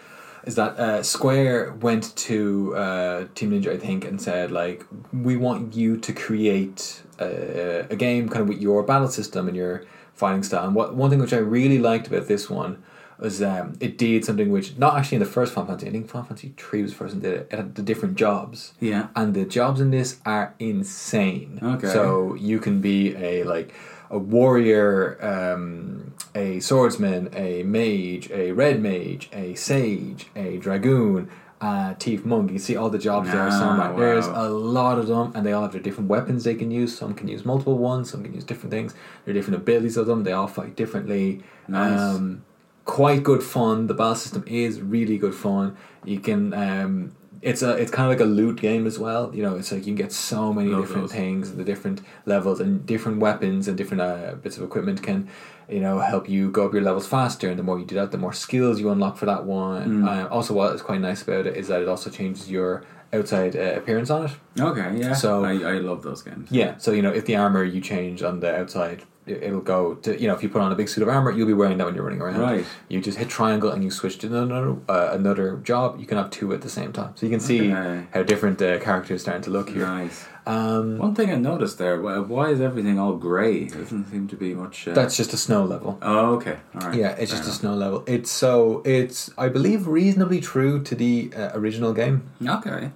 B: is that uh, Square went to uh, Team Ninja, I think, and said like, "We want you to create uh, a game kind of with your battle system and your fighting style." And what one thing which I really liked about this one was um, it did something which not actually in the first Final Fantasy. I think Final Fantasy Three was the first and did it. It had the different jobs
A: Yeah.
B: and the jobs in this are insane.
A: Okay.
B: So you can be a like a warrior, um, a swordsman, a mage, a red mage, a sage, a dragoon, a thief monk. You see all the jobs there. are So
A: Ah,
B: like, There's
A: wow.
B: a lot of them, and they all have their different weapons they can use. Some can use multiple ones. Some can use different things. There are different abilities of them. They all fight differently.
A: Nice.
B: Um, quite good fun. The battle system is really good fun. You can um, it's a it's kind of like a loot game as well. You know, it's like you can get so many
A: Love
B: different
A: those.
B: things and the different levels and different weapons and different uh, bits of equipment can you know help you go up your levels faster. And the more you do that, the more skills you unlock for that
A: Mm.
B: one. Uh, also, what is quite nice about it is that it also changes your outside uh, appearance on it.
A: Okay. Yeah.
B: So-
A: I, I love those games.
B: Yeah, so you know, if the armor you change on the outside, it- it'll go to you know, if you put on a big suit of armor, you'll be wearing that when you're running around.
A: Right.
B: You just hit triangle and you switch to another uh, another job. You can have two at the same time, so you can see
A: Okay.
B: how different uh, characters starting to look here.
A: Nice.
B: Um,
A: One thing I noticed there, wh- why is everything all grey? It doesn't seem to be much. Uh...
B: that's just a snow level.
A: Oh, okay. All right.
B: Yeah, it's
A: Fair
B: just a snow level. It's so it's I believe reasonably true to the uh, original game.
A: enough. Okay.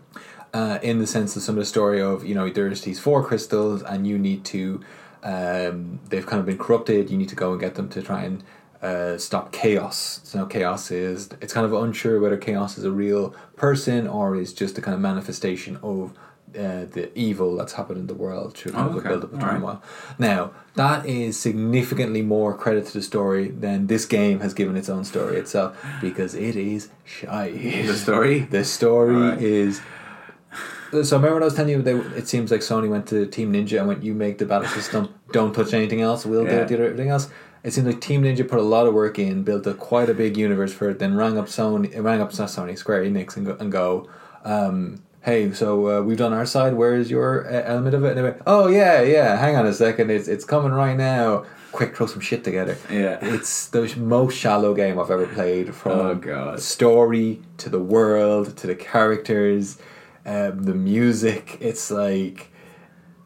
B: uh, in the sense of some of the story of you know there's these four crystals and you need to um, they've kind of been corrupted you need to go and get them to try and uh, stop chaos so now chaos is it's kind of unsure whether chaos is a real person or is just a kind of manifestation of uh, the evil that's happened in the world through kind of
A: Okay,
B: a build up of
A: alright.
B: turmoil. Now that is significantly more credit to the story than this game has given its own story itself because it is shy.
A: The story.
B: The story
A: Alright.
B: is. So remember when I was telling you they, it seems like Sony went to Team Ninja and went, "You make the battle system. Don't touch anything else. We'll
A: Yeah.
B: do, do everything else." It seems like Team Ninja put a lot of work in, built a quite a big universe for it, then rang up Sony, rang up not Sony, Square Enix, and go, and go um, "Hey, so uh, we've done our side. Where is your uh, element of it?" And they went, "Oh yeah, yeah. Hang on a second. It's it's coming right now. Quick, throw some shit together."
A: Yeah.
B: It's the most shallow game I've ever played. From
A: Oh, God.
B: story to the world to the characters, um, the music. It's like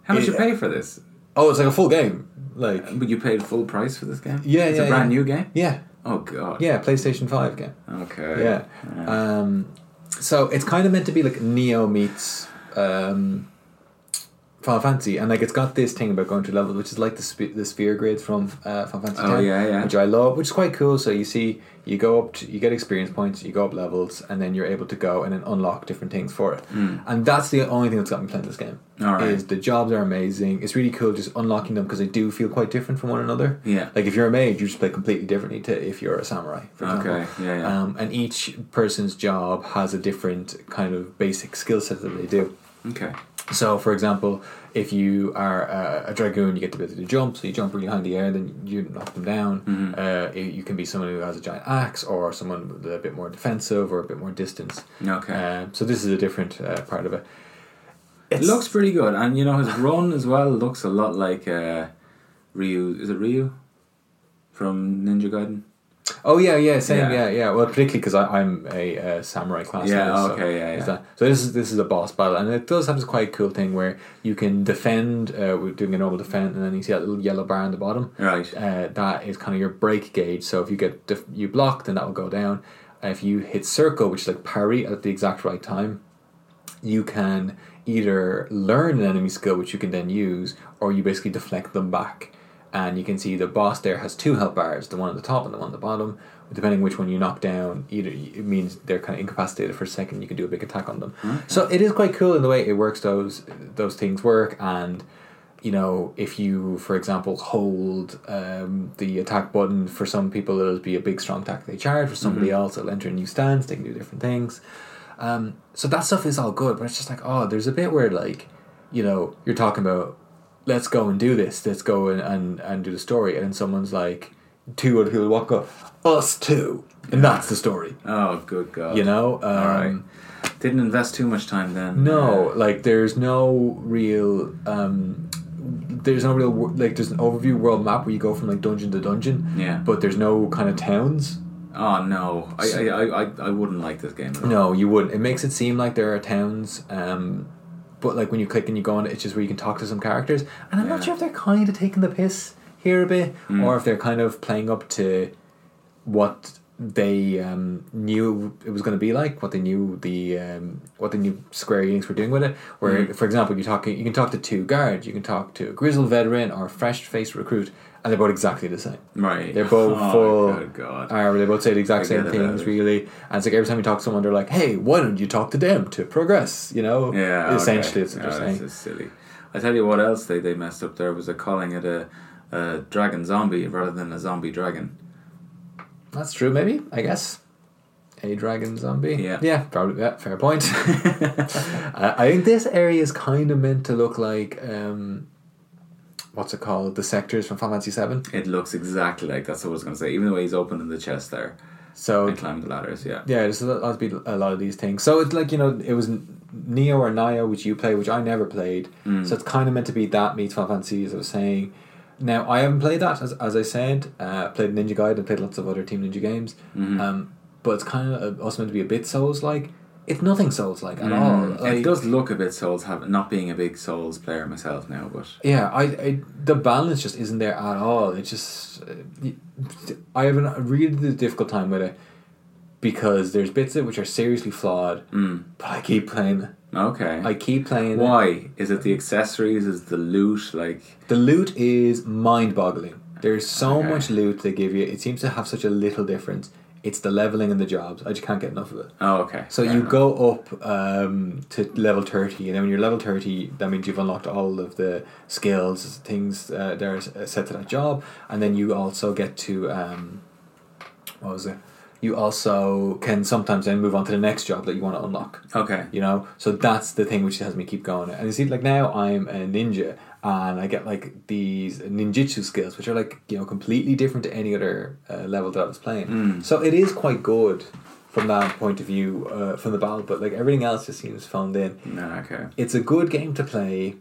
A: How much
B: It-
A: you pay for this?
B: oh, it's like a full game. Like
A: But you paid full price for this game.
B: Yeah,
A: It's
B: yeah,
A: a brand
B: yeah.
A: new game.
B: yeah,
A: Oh god.
B: yeah, PlayStation Five game.
A: Okay.
B: Yeah. Um, so it's kind of meant to be like Neo meets um, Final Fantasy, and like it's got this thing about going through levels, which is like the spe- the sphere grids from uh, Final Fantasy.
A: Oh,
B: 10,
A: yeah, yeah.
B: Which I love, which is quite cool. So you see, you go up, to, you get experience points, you go up levels, and then you're able to go and then unlock different things for it.
A: Hmm.
B: And that's the only thing that's got me playing this game.
A: All right.
B: Is the jobs are amazing. It's really cool just unlocking them because they do feel quite different from one another.
A: Yeah.
B: Like if you're a mage, you just play completely differently to if you're a samurai. For example.
A: Okay. Yeah. yeah.
B: Um, and each person's job has a different kind of basic skill set that they do.
A: okay.
B: So, for example, if you are a, a dragoon, you get the ability to jump, so you jump really high in the air, then you knock them down.
A: Mm-hmm.
B: Uh, you you can be someone who has a giant axe, or someone with a bit more defensive, or a bit more distance.
A: Okay.
B: Um, so this is a different uh, part of it.
A: It looks pretty good, and you know his run as well looks a lot like uh, Ryu. Is it Ryu from Ninja Gaiden?
B: Oh yeah, yeah, same,
A: Yeah.
B: yeah, yeah. Well, particularly because I'm a uh, samurai class.
A: Yeah,
B: leader, so
A: okay, yeah,
B: it's
A: yeah.
B: that- so this is this is a boss battle, and it does have this quite cool thing where you can defend. Uh, we're doing a normal defend, and then you see that little yellow bar on the bottom.
A: Right.
B: Uh, that is kind of your break gauge. So if you get def- you block, then that will go down. If you hit circle, which is like parry at the exact right time, you can either learn an enemy skill which you can then use or you basically deflect them back and you can see the boss there has two health bars the one at the top and the one at the bottom depending which one you knock down either it means they're kind of incapacitated for a second you can do a big attack on them so it is quite cool in the way it works those those things work and you know, if you, for example, hold um, the attack button, for some people it'll be a big strong attack they charge. For somebody else, it'll enter a new stance. They can do different things. Um, so that stuff is all good, but it's just like, oh, there's a bit where like, you know, you're talking about, let's go and do this. Let's go and and, and do the story, and then someone's like, two other people walk up, us two, and that's the story.
A: Oh, good God!
B: You know, um,
A: right. didn't invest too much time then.
B: no, like there's no real, um, there's no real wor- like there's an overview world map where you go from like dungeon to dungeon.
A: Yeah.
B: But there's no kind of towns.
A: Oh no, I I, I, I, I wouldn't like this game. At all.
B: No, you wouldn't. It makes it seem like there are towns. Um, but like when you click and you go on, it, it's just where you can talk to some characters. And I'm
A: Yeah.
B: not sure if they're kind of taking the piss here a bit, or if they're kind of playing up to what they um, knew it was going to be like, what they knew the um, what the new Square Enix were doing with it. Where, for example, you talk you can talk to two guards, you can talk to a grizzled veteran or a fresh faced recruit, and they're both exactly the same.
A: Right.
B: They're both
A: oh,
B: full.
A: Good God.
B: Uh, they both say the exact
A: Forget
B: same
A: about
B: things,
A: it.
B: really. And it's like every time you talk to someone, they're like, "Hey, why don't you talk to them to progress?" You know.
A: Yeah. okay.
B: Essentially, it's what they're
A: Oh,
B: saying.
A: This is silly. I tell you what else they, they messed up there was they're calling it a, a dragon zombie rather than a zombie dragon.
B: That's true. Maybe I guess. A dragon zombie.
A: Yeah.
B: Yeah. Probably. Yeah. Fair point. I I think this area is kind of meant to look like. Um, What's it called? The sectors from Final Fantasy Seven.
A: It looks exactly like that's what I was going to say. Even the way he's opening the chest there
B: So
A: and climbing the ladders, yeah.
B: yeah, there's a lot, lot be a lot of these things. So it's like you know, it was Neo or Neo, which you play, which I never played.
A: Mm.
B: So it's kind of meant to be that meets Final Fantasy, as I was saying. Now I haven't played that, as, as I said. Uh, played Ninja Gaiden, played lots of other Team Ninja games.
A: Mm-hmm.
B: Um, but it's kind of also meant to be a bit Souls like. It's nothing Souls like at all. Like,
A: Mm, Mm-hmm. it does look a bit Souls, have, not being a big Souls player myself now, but
B: yeah, I, I the balance just isn't there at all. It's just uh, y- I have an- a really difficult time with it because there's bits of it which are seriously flawed, but I keep playing. it.
A: okay.
B: I keep playing. it.
A: Why? Is it the accessories? Is it the loot? Like,
B: The loot is mind-boggling. There's so
A: Okay.
B: much loot they give you. It seems to have such a little difference. It's the leveling and the jobs. I just can't get enough of it.
A: oh, okay.
B: So
A: fair
B: you
A: enough.
B: go up um, to level thirty, and then when you're level thirty, that means you've unlocked all of the skills, things uh, that are s- uh, set to that job, and then you also get to um, what was it? You also can sometimes then move on to the next job that you want to unlock.
A: Okay.
B: You know, so that's the thing which has me keep going. And you see, like now I'm a ninja, and I get like these ninjutsu skills, which are like you know completely different to any other uh, level that I was playing.
A: Hmm.
B: So it is quite good from that point of view uh, from the battle, but like everything else just seems phoned in.
A: No, okay.
B: It's a good game to play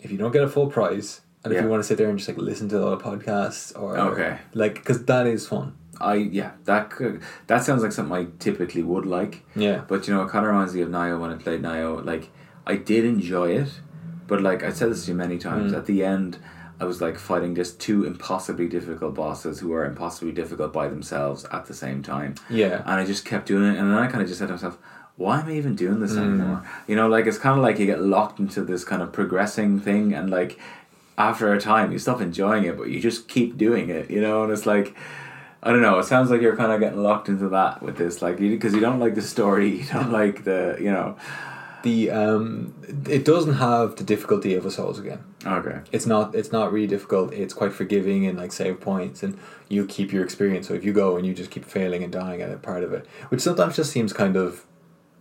B: if you don't get a full price, and if
A: Yeah.
B: you want to sit there and just like listen to a lot of podcasts or
A: Okay.
B: like because that is fun.
A: I yeah, that could that sounds like something I typically would like.
B: Yeah.
A: But you know, it kind of reminds me of Nio when I played Nio. Like I did enjoy it, but like I said this to you many times. At the end, I was like fighting just two impossibly difficult bosses who are impossibly difficult by themselves at the same time.
B: Yeah.
A: And I just kept doing it, and then I kind of just said to myself. Why am I even doing
B: Hmm.
A: this anymore? You know, like it's kind of like you get locked into this kind of progressing thing, and like after a time, you stop enjoying it, but you just keep doing it, you know. And it's like, I don't know. It sounds like you're kind of getting locked into that with this, like, because you, don't like the story, you don't like the, you know.
B: The um, it doesn't have the difficulty of a Souls game.
A: Okay.
B: it's not it's not really difficult it's quite forgiving and like save points and you keep your experience so if you go and you just keep failing and dying at a part of it which sometimes just seems kind of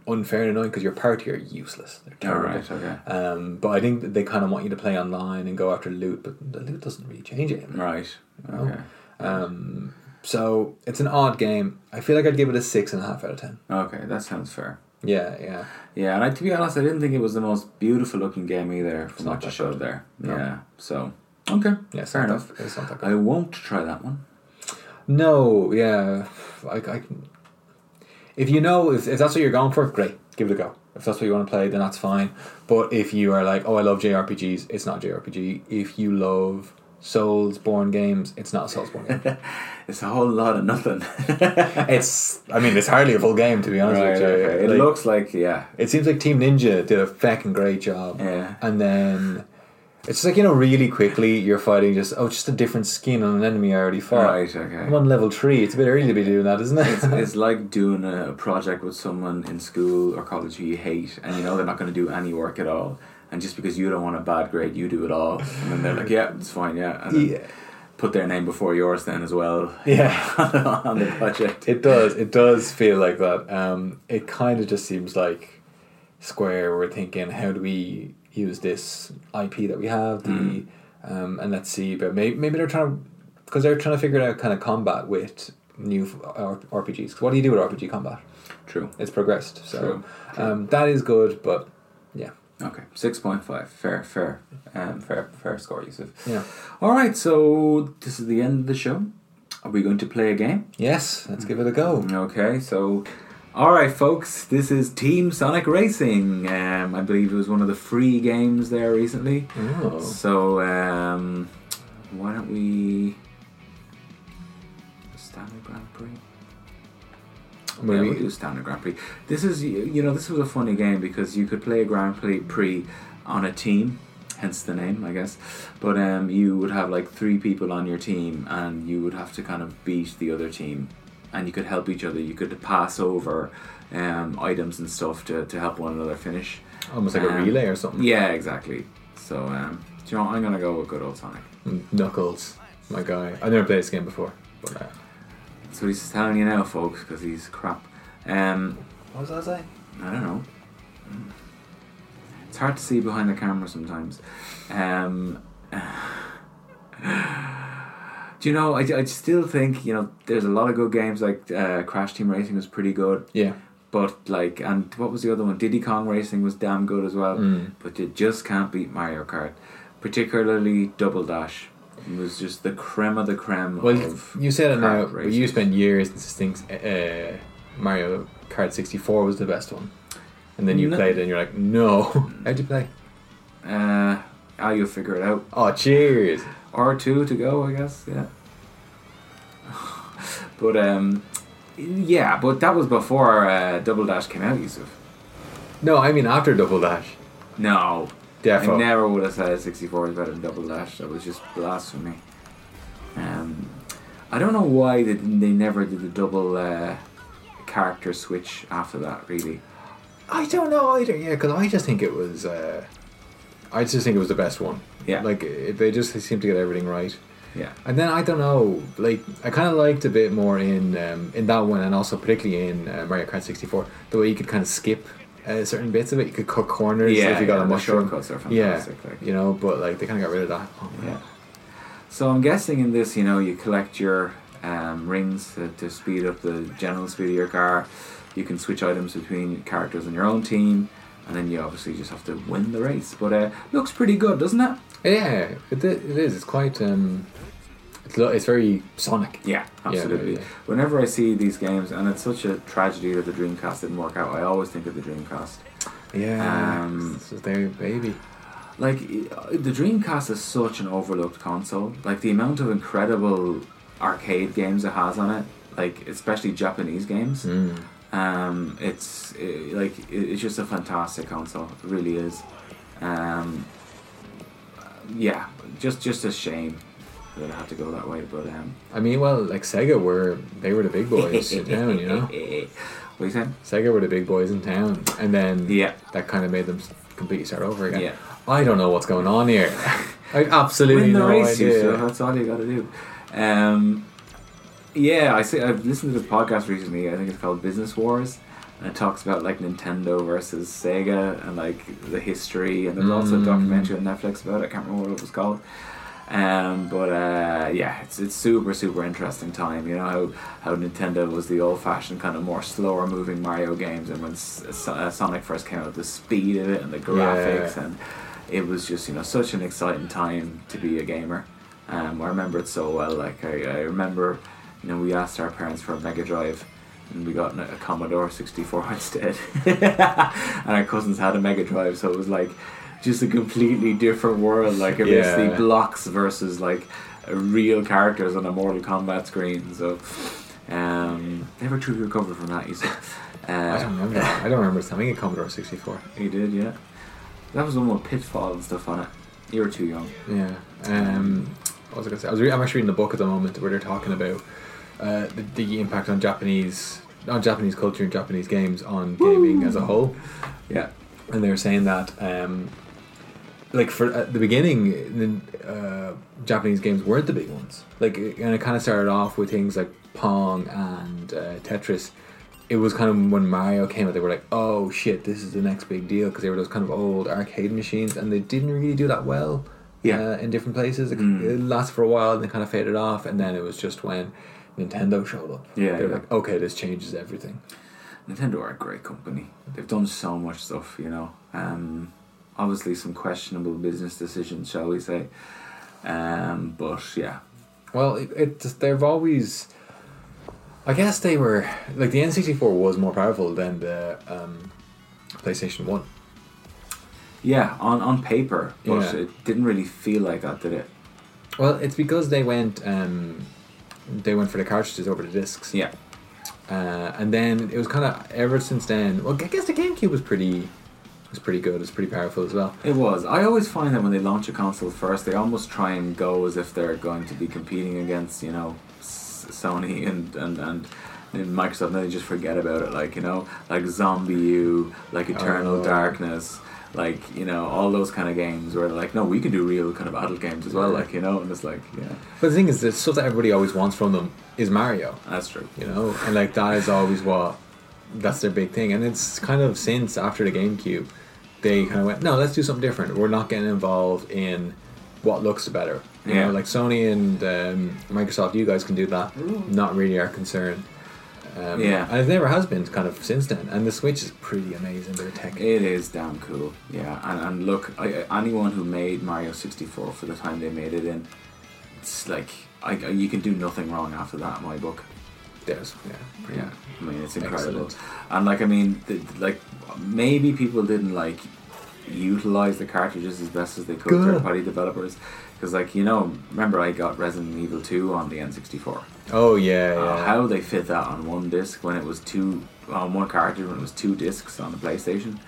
B: unfair and annoying because your party are useless. They're
A: All
B: terrible.
A: right. Okay.
B: Um, but I think that they kind of want you to play online and go after loot, but the loot doesn't really change anything.
A: Right.
B: you know?
A: Okay.
B: Um, so it's an odd game. I feel like I'd give it a six and a half out of ten.
A: Okay. That sounds fair.
B: Yeah, yeah.
A: Yeah, and I, to be honest, I didn't think it was the most beautiful looking game either. From
B: not
A: what you
B: that
A: showed there.
B: No.
A: Yeah. So okay.
B: Yeah, it's
A: Fair
B: not
A: enough.
B: That, it's not that good.
A: I won't try that one.
B: No, yeah. I, I can- if you know, if, if that's what you're going for, great, give it a go. If that's what you want to play, then that's fine. But if you are like, oh, I love JRPGs, it's not a JRPG. If you love Soulsborne games, it's not a Soulsborne game.
A: It's a whole lot of nothing.
B: it's, I mean, it's hardly a full game, to be honest
A: Right,
B: with you.
A: okay. It
B: Like,
A: looks like yeah,
B: it seems like Team Ninja did a fucking great job.
A: Yeah.
B: And then it's just like, you know, really quickly you're fighting just, oh, just a different skin on an enemy I already fought.
A: right, okay.
B: I'm on level three. It's a bit early to be doing that, isn't it?
A: it's, it's like doing a project with someone in school or college who you hate and you know they're not going to do any work at all and just because you don't want a bad grade you do it all and then they're like yeah it's fine yeah and then
B: yeah.
A: put their name before yours then as well
B: Yeah.
A: on the project
B: It does. It does feel like that. Um, it kind of just seems like Square were thinking, how do we use this IP that we have? The
A: Mm.
B: um, and let's see, but maybe maybe they're trying because they're trying to figure out kind of combat with new f- uh, R- RPGs. 'Cause what do you do with RPG combat?
A: true
B: It's progressed, so
A: True,
B: Um, that is good. But yeah,
A: okay 6.5 fair fair um, fair fair score Yusuf
B: yeah,
A: alright so this is the end of the show are we going to play a game
B: yes, let's give it a go.
A: Okay, so all right, folks, this is Team Sonic Racing. Um, I believe it was one of the free games there recently.
B: Oh.
A: So um, why don't we Stanley Grand Prix? Yeah, we'll
B: Maybe
A: do Standard Grand Prix. This is you you know this was a funny game because you could play a Grand Prix Prix on a team, hence the name, I guess. But um, you would have like three people on your team, and you would have to kind of beat the other team, and you could help each other. You could pass over um, items and stuff to, to help one another finish.
B: almost like a
A: um,
B: relay or something.
A: Yeah, exactly. So um, do you know what? I'm gonna go with good old Sonic.
B: Knuckles, my guy. I've never played this game before. But, uh,
A: That's what he's telling you now, folks, because he's crap. Um,
B: what was I saying?
A: I don't know. It's hard to see behind the camera sometimes. Um, do you know? I, I still think you know. There's a lot of good games like uh, Crash Team Racing was pretty good,
B: Yeah.
A: but like, and what was the other one? Diddy Kong Racing was damn good as well.
B: Mm.
A: But you just can't beat Mario Kart, particularly Double Dash. It was just the creme of the creme.
B: Well,
A: of
B: you said it
A: kart
B: now, but you
A: races.
B: spent years and thinks uh, Mario Kart 64 was the best one. And then you
A: No.
B: played it and you're like, no. How'd you play?
A: Uh, how you'll figure it out.
B: Oh, cheers.
A: or two to go, I guess. Yeah. but um, yeah, but that was before uh, Double Dash came out, Yusuf.
B: No, I mean after Double Dash.
A: No, I
B: Defo.
A: never would have said sixty four is better than Double Dash. That was just blasphemy. Um, I don't know why they, didn't- they never did the double uh, character switch after that. Really,
B: I don't know either, yeah, because I just think it was. Uh, I just think it was the best one.
A: Yeah.
B: Like, it, they just seem to get everything right.
A: yeah.
B: And then I don't know, like I kind of liked a bit more in um, in that one, and also particularly in uh, Mario Kart sixty four, the way you could kind of skip uh, certain bits of it. You could cut corners
A: Yeah,
B: if you got
A: yeah,
B: a
A: the
B: mushroom.
A: shortcuts are fantastic,
B: yeah,
A: like-
B: you know, but like they kind of got rid of that. Oh,
A: Yeah. So I'm guessing in this, you know, you collect your um, rings to, to speed up the general speed of your car. You can switch items between characters on your own team, and then you obviously just have to win the race. But uh, looks pretty good, doesn't it?
B: yeah, it, i- it is. It's quite. Um, it's lo- it's very Sonic.
A: Yeah, absolutely.
B: yeah, yeah.
A: Whenever I see these games, and it's such a tragedy that the Dreamcast didn't work out, I always think of the Dreamcast.
B: Yeah,
A: Um,
B: it's just their baby.
A: Like i- the Dreamcast is such an overlooked console. Like the amount of incredible arcade games it has on it, like especially Japanese games.
B: Mm.
A: Um, it's uh, like it- it's just a fantastic console. It really is. Um, uh, yeah, just just a shame that I had to go that way. But um,
B: I mean, well, like Sega were they were the big boys in town, you know.
A: what you said?
B: Sega were the big boys in town, and then
A: Yeah.
B: that kind of made them s- completely start over again.
A: Yeah.
B: I don't know what's going on here. I absolutely
A: Win the
B: no
A: race, you Uh-huh.
B: idea.
A: sir. That's all you got to do. Um, yeah, I see. I've listened to this podcast recently. I think it's called Business Wars, and it talks about like Nintendo versus Sega and like the history and there's
B: Mm.
A: also a documentary on Netflix about it. I can't remember what it was called. Um, but uh, yeah, it's it's super super interesting time. You know how, how Nintendo was the old fashioned kind of more slower moving Mario games, and when S- So- uh, Sonic first came out, the speed of it and the graphics,
B: Yeah.
A: and it was just you know such an exciting time to be a gamer. Um, I remember it so well. Like I, I remember, you know, we asked our parents for a Mega Drive, and we got a Commodore sixty four instead. and our cousins had a Mega Drive, so it was like just a completely different world. Like it
B: Yeah.
A: basically blocks versus like real characters on a Mortal Kombat screen. So um, never truly recovered from that. You see.
B: I don't
A: Uh,
B: remember. I don't remember us having a Commodore sixty four.
A: he did, yeah. That was one with pitfall and stuff on it. You were too young.
B: Yeah. Um, what was I gonna say? I was re- I'm actually reading the book at the moment where they're talking about uh, the, the impact on Japanese on Japanese culture and Japanese games on gaming as a whole.
A: Yeah.
B: and they were saying that um, like for at the beginning the, uh, japanese games weren't the big ones like and it kind of started off with things like pong and uh, tetris it was kind of when mario came out they were like oh shit this is the next big deal because they were those kind of old arcade machines and they didn't really do that well
A: Yeah.
B: uh, in different places it,
A: Mm.
B: it lasted for a while and then kind of faded off and then it was just when nintendo showed up
A: Yeah,
B: they were
A: yeah.
B: like okay this changes everything
A: Nintendo are a great company. They've done so much stuff, you know. Um, obviously, some questionable business decisions, shall we say. Um, but yeah,
B: Well, it, it just- they've always. I guess they were like the N sixty four was more powerful than the um, PlayStation One.
A: yeah, on, on paper, but
B: Yeah.
A: it didn't really feel like that, did it?
B: Well, it's because they went um, they went for the cartridges over the discs,
A: Yeah,
B: uh, and then it was kind of ever since then. Well, I guess the GameCube was pretty was pretty good. It was pretty powerful as well.
A: it was. I always find that when they launch a console first, they almost try and go as if they're going to be competing against, you know, S- Sony and and and. And Microsoft, and then they just forget about it, like you know, like Zombie U, like Eternal
B: Oh.
A: Darkness, like you know, all those kind of games where they're like, no, we can do real kind of adult games as well, like you know, and it's like, yeah,
B: But the thing is, the stuff that everybody always wants from them is Mario.
A: that's true.
B: you know and like that is always what that's their big thing and it's kind of since after the gamecube they kind of went no let's do something different we're not getting involved in what looks better you
A: Yeah.
B: know like sony and um, microsoft you guys can do that not really our concern um,
A: Yeah.
B: and it never has been kind of since then and the switch is pretty amazing bit of tech
A: It is damn cool, yeah. And, and look, I, I- anyone who made Mario sixty four for the time they made it in, it's like I, I- you can do nothing wrong after that. In my book,
B: there's yeah, pretty-
A: yeah. I mean, it's incredible.
B: Excellent.
A: And like, I mean, th like maybe people didn't like utilize the cartridges as best as they could.
B: Good.
A: Third party developers, because like you know, remember I got Resident Evil two on the N sixty four.
B: oh yeah, yeah.
A: Uh, how they fit that on one disc when it was two on one cartridge when it was two discs on the PlayStation,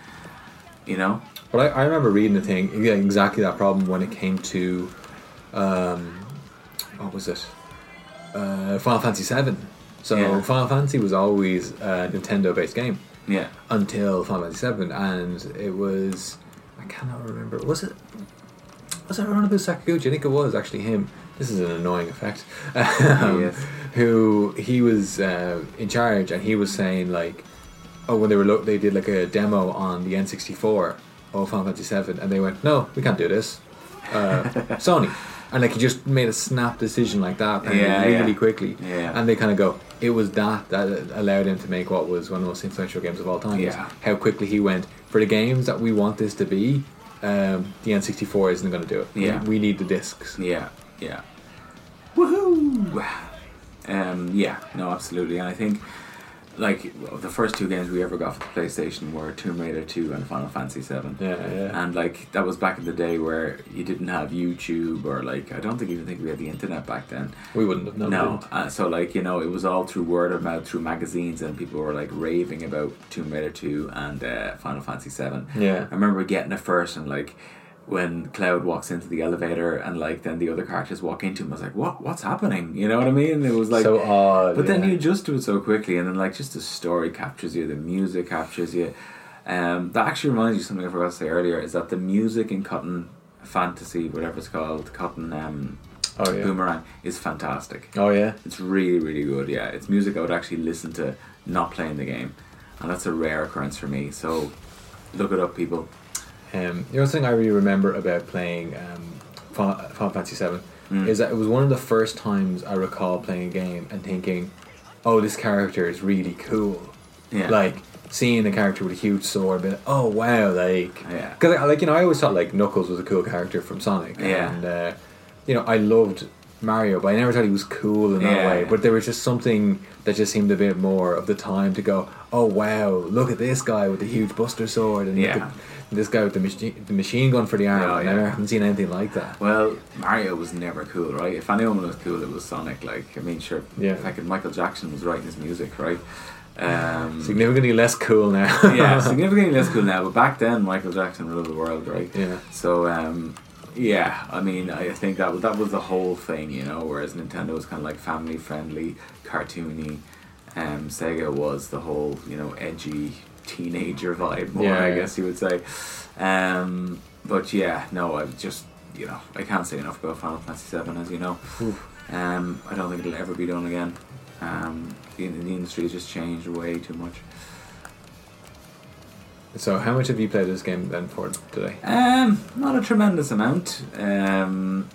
A: you know.
B: But I, I remember reading the thing, yeah, exactly that problem when it came to, um, what was it? Uh, Final Fantasy Seven. So
A: Yeah.
B: Final Fantasy was always a Nintendo-based game
A: Yeah.
B: until Final Fantasy Seven, and it was I cannot remember. Was it was it Ronald Sakaguchi? I think it was actually him. This is an annoying effect. Um,
A: Yes.
B: Who he was uh, in charge, and he was saying like, oh, when they were look, they did like a demo on the N sixty four of Final Fantasy Seven, and they went, no, we can't do this, uh, Sony. And like he just made a snap decision like that, apparently,
A: Yeah,
B: really
A: yeah.
B: quickly,
A: Yeah.
B: and they kind of go, it was that that allowed him to make what was one of the most influential games of all time.
A: Yeah.
B: How quickly he went for the games that we want this to be. Um, the N64 isn't going to do it.
A: Yeah.
B: We, we need the discs.
A: Yeah, yeah. Woohoo! Um, yeah, no, absolutely. And I think, like, well, the first two games we ever got for the PlayStation were Tomb Raider 2 and Final Fantasy 7.
B: Yeah, yeah.
A: And, like, that was back in the day where you didn't have YouTube or, like, I don't think even think we had the internet back then.
B: we wouldn't have known.
A: No,
B: that.
A: uh, so like you know, it was all through word of mouth, through magazines, and people were like raving about Tomb Raider two and uh, Final Fantasy seven.
B: Yeah.
A: I remember getting it first, and like when Cloud walks into the elevator, and like then the other characters walk into him, I was like, what? What's happening? You know what I mean? It was like
B: so odd.
A: but
B: yeah.
A: then you adjust to it so quickly, and then like just the story captures you, the music captures you. Um, that actually reminds you of something I forgot to say earlier is that the music in Cotton Fantasy, whatever it's called, Cotton um,
B: Oh yeah.
A: Boomerang, is fantastic.
B: Oh yeah.
A: It's really, really good. Yeah, it's music I would actually listen to not playing the game. and that's a rare occurrence for me. So look it up, people.
B: Um, the other thing I really remember about playing um, Fa- Final Fantasy Seven
A: Mm.
B: is that it was one of the first times I recall playing a game and thinking, "Oh, this character is really cool."
A: Yeah.
B: Like seeing a character with a huge sword, being like, "Oh wow!" Like,
A: Yeah.
B: because like you know, I always thought like Knuckles was a cool character from Sonic,
A: Yeah.
B: and uh, you know, I loved Mario, but I never thought he was cool in that
A: Yeah.
B: way. But there was just something that just seemed a bit more of the time to go, "Oh wow! Look at this guy with the huge Buster sword," and look
A: Yeah.
B: at this guy with the, machi- the machine gun for the arm.
A: Oh,
B: and
A: yeah.
B: I haven't seen anything like that.
A: Well, Mario was never cool, right? If anyone was cool, it was Sonic. Like, I mean, sure,
B: Yeah.
A: fucking Michael Jackson was writing his music, right? Um,
B: Significantly less cool now.
A: yeah, significantly less cool now, but back then, Michael Jackson ruled the world, right?
B: yeah.
A: So, um, yeah, I mean, I think that was, that was the whole thing, you know. Whereas Nintendo was kind of like family friendly, cartoony. Um, Sega was the whole, you know, edgy teenager vibe more,
B: Yeah,
A: I
B: yeah.
A: guess you would say. Um, but yeah, no, I just, you know, I can't say enough about Final Fantasy VII, as you know. Um, I don't think it'll ever be done again. Um, the, the industry has just changed way too much.
B: So, how much have you played this game then for today?
A: Um, not a tremendous amount. Um,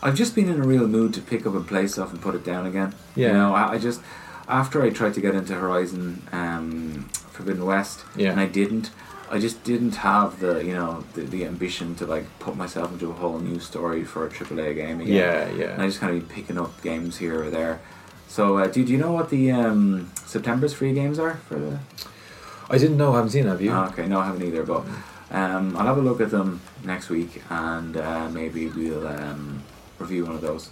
A: I've just been in a real mood to pick up and play stuff and put it down again.
B: Yeah.
A: You know, I, I just after I tried to get into Horizon um, Forbidden West,
B: Yeah.
A: and I didn't. I just didn't have the you know the, the ambition to like put myself into a whole new story for a AAA game again.
B: Yeah,
A: And
B: yeah.
A: I just kind of been picking up games here or there. So, uh, do, do you know what the um, September's free games are for the?
B: I didn't know. I haven't seen. it, Have you?
A: Ah, okay, no, I haven't either, but um, I'll have a look at them next week and uh, maybe we'll um, review one of those.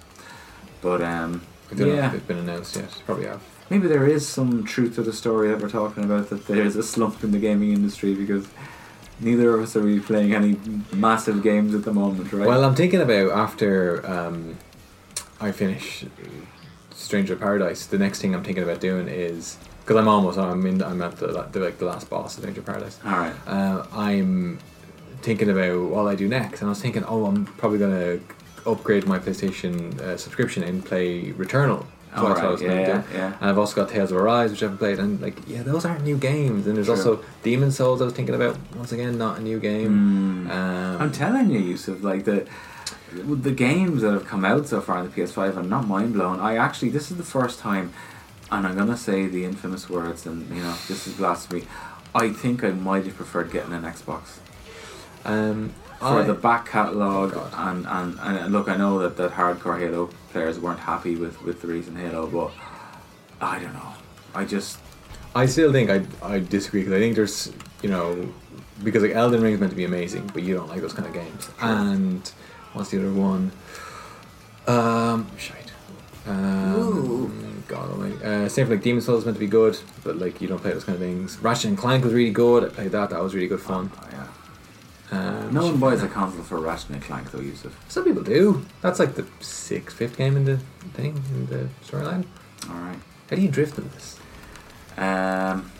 A: But um,
B: I don't know
A: yeah.
B: if they've been announced yet. Probably have.
A: maybe there is some truth to the story that we're talking about that there's a slump in the gaming industry because neither of us are really playing any massive games at the moment, right?
B: Well, I'm thinking about after um, I finish Stranger Paradise. The next thing I'm thinking about doing is because I'm almost. I'm in. I'm at the, la- the like the last boss of Stranger Paradise.
A: all right.
B: Uh, I'm thinking about what I do next, and I was thinking, oh, I'm probably gonna upgrade my PlayStation uh, subscription and play Returnal. So
A: All
B: that's what I
A: right.
B: was
A: Yeah,
B: gonna do.
A: yeah, yeah.
B: And I've also got Tales of Arise, which I haven't played, and like, yeah, those aren't new games. And there's
A: True.
B: also Demon Souls. I was thinking about once again, not a new game.
A: Mm.
B: Um,
A: I'm telling you, Yusuf, like the the games that have come out so far on the PS5 are not mind blown. I actually, this is the first time, and I'm gonna say the infamous words, and you know, this is blasphemy. I think I might have preferred getting an Xbox
B: um,
A: for
B: I- Oh
A: the back catalogue.
B: God.
A: and, and, and look, I know that, that hardcore Halo players weren't happy with, with the recent Halo, but I don't know. I just,
B: I still think I I disagree because I think there's you know because like Elden Ring is meant to be amazing, but you don't like those kind of games. And what's the other one? Um, shite. Um, God Almighty. Uh, same for like Demon Souls is meant to be good, but like you don't play those kind of things. Ratchet and Clank was really good. I played that. That was really good fun.
A: yeah.
B: Um,
A: No one buys a console for Ratchet and Clank, though, Yusuf.
B: Some people do. That's like the sixth, fifth game in the thing in the storyline.
A: All right.
B: How do you drift in this?
A: Um,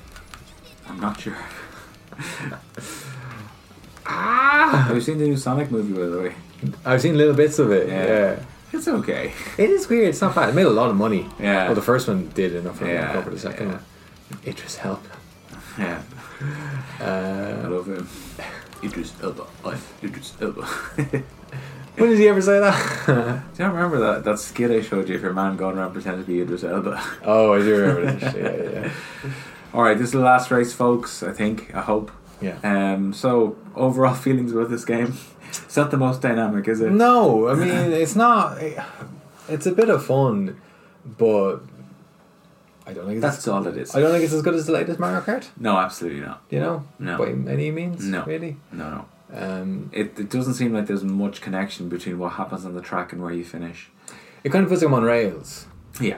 A: I'm not sure.
B: Ah!
A: Have you seen the new Sonic movie, by the way?
B: I've seen little bits of it.
A: Yeah.
B: yeah.
A: It's okay.
B: It is weird. It's not bad. It made a lot of money.
A: Yeah.
B: Well, the first one did enough for
A: Yeah,
B: yeah. cover the second
A: yeah.
B: one. Idris help.
A: Yeah, I
B: Uh,
A: love him. Idris Elba. I'm Idris Elba.
B: when did he ever say that?
A: Do you remember that, that skit I showed you of your man going around pretending to be Idris Elba?
B: oh, I do remember this. Yeah, yeah,
A: All right, this is the last race, folks. I think. I hope.
B: yeah.
A: Um. So overall feelings about this game. It's not the most dynamic, is it?
B: No, I mean it's not. It's a bit of fun, but I don't think it's.
A: That's all it is.
B: I don't think it's as good as the latest Mario Kart.
A: No, absolutely not.
B: You know,
A: No.
B: by any means,
A: No.
B: really.
A: No, no.
B: Um,
A: It, it doesn't seem like there's much connection between what happens on the track and where you finish.
B: it kind of puts him on rails.
A: Yeah,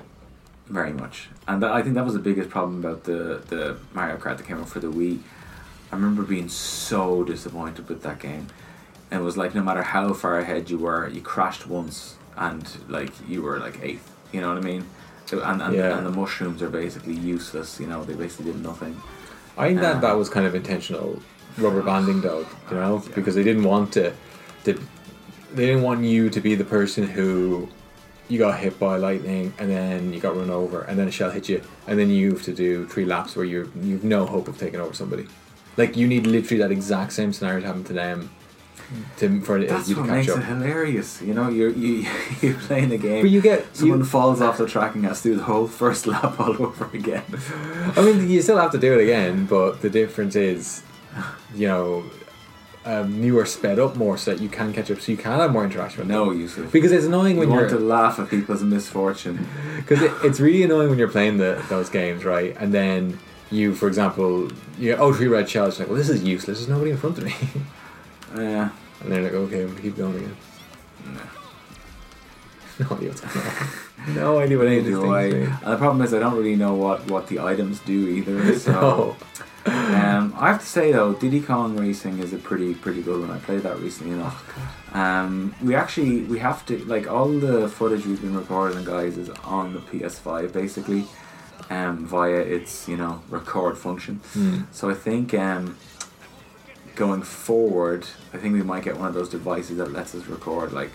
A: very much. And that, I think that was the biggest problem about the, the Mario Kart that came out for the Wii. I remember being so disappointed with that game. It was like no matter how far ahead you were, you crashed once and like you were like eighth. You know what I mean? So- And and,
B: Yeah.
A: and the mushrooms are basically useless. You know they basically did nothing.
B: I think
A: Um,
B: that that was kind of intentional rubber banding, though, you know,
A: Ah. Yeah.
B: because they didn't want to, to, they didn't want you to be the person who you got hit by lightning and then you got run over and then a shell hit you and then you have to do three laps where you you've no hope of taking over somebody. Like you need literally that exact same scenario to happen to them to for it-
A: Hmm.
B: uh,
A: That's
B: you to
A: what
B: catch
A: makes
B: up.
A: it hilarious. You know, you're you you're playing a game.
B: But you get
A: someone
B: you-
A: falls off the track and has to do the whole first lap all over again.
B: I mean, you still have to do it again, but the difference is, you know, um, you are sped up more so that you can catch up, so you can have more interaction with them.
A: No, Yusuf.
B: Because it's annoying
A: You
B: when
A: want to
B: you're
A: laugh at people's misfortune.
B: because it, it's really annoying when you're playing the, those games, right? And then you, for example, you get, oh three red shells. Like, well, this is useless. There's nobody in front of me.
A: Yeah.
B: And they're like, okay, I'm gonna keep going again. No idea what's going on. No idea what any of these
A: Do I-
B: things eh.
A: and
B: mean.
A: the problem is I don't really know what, what the items do either. So
B: No.
A: um, I have to say though, Diddy Kong Racing is a pretty pretty good one. I played that recently enough. Um, we actually we have to like all the footage we've been recording, guys, is on the PS5 basically, um, via its you know record function.
B: Hmm.
A: So I think um, going forward, I think we might get one of those devices that lets us record like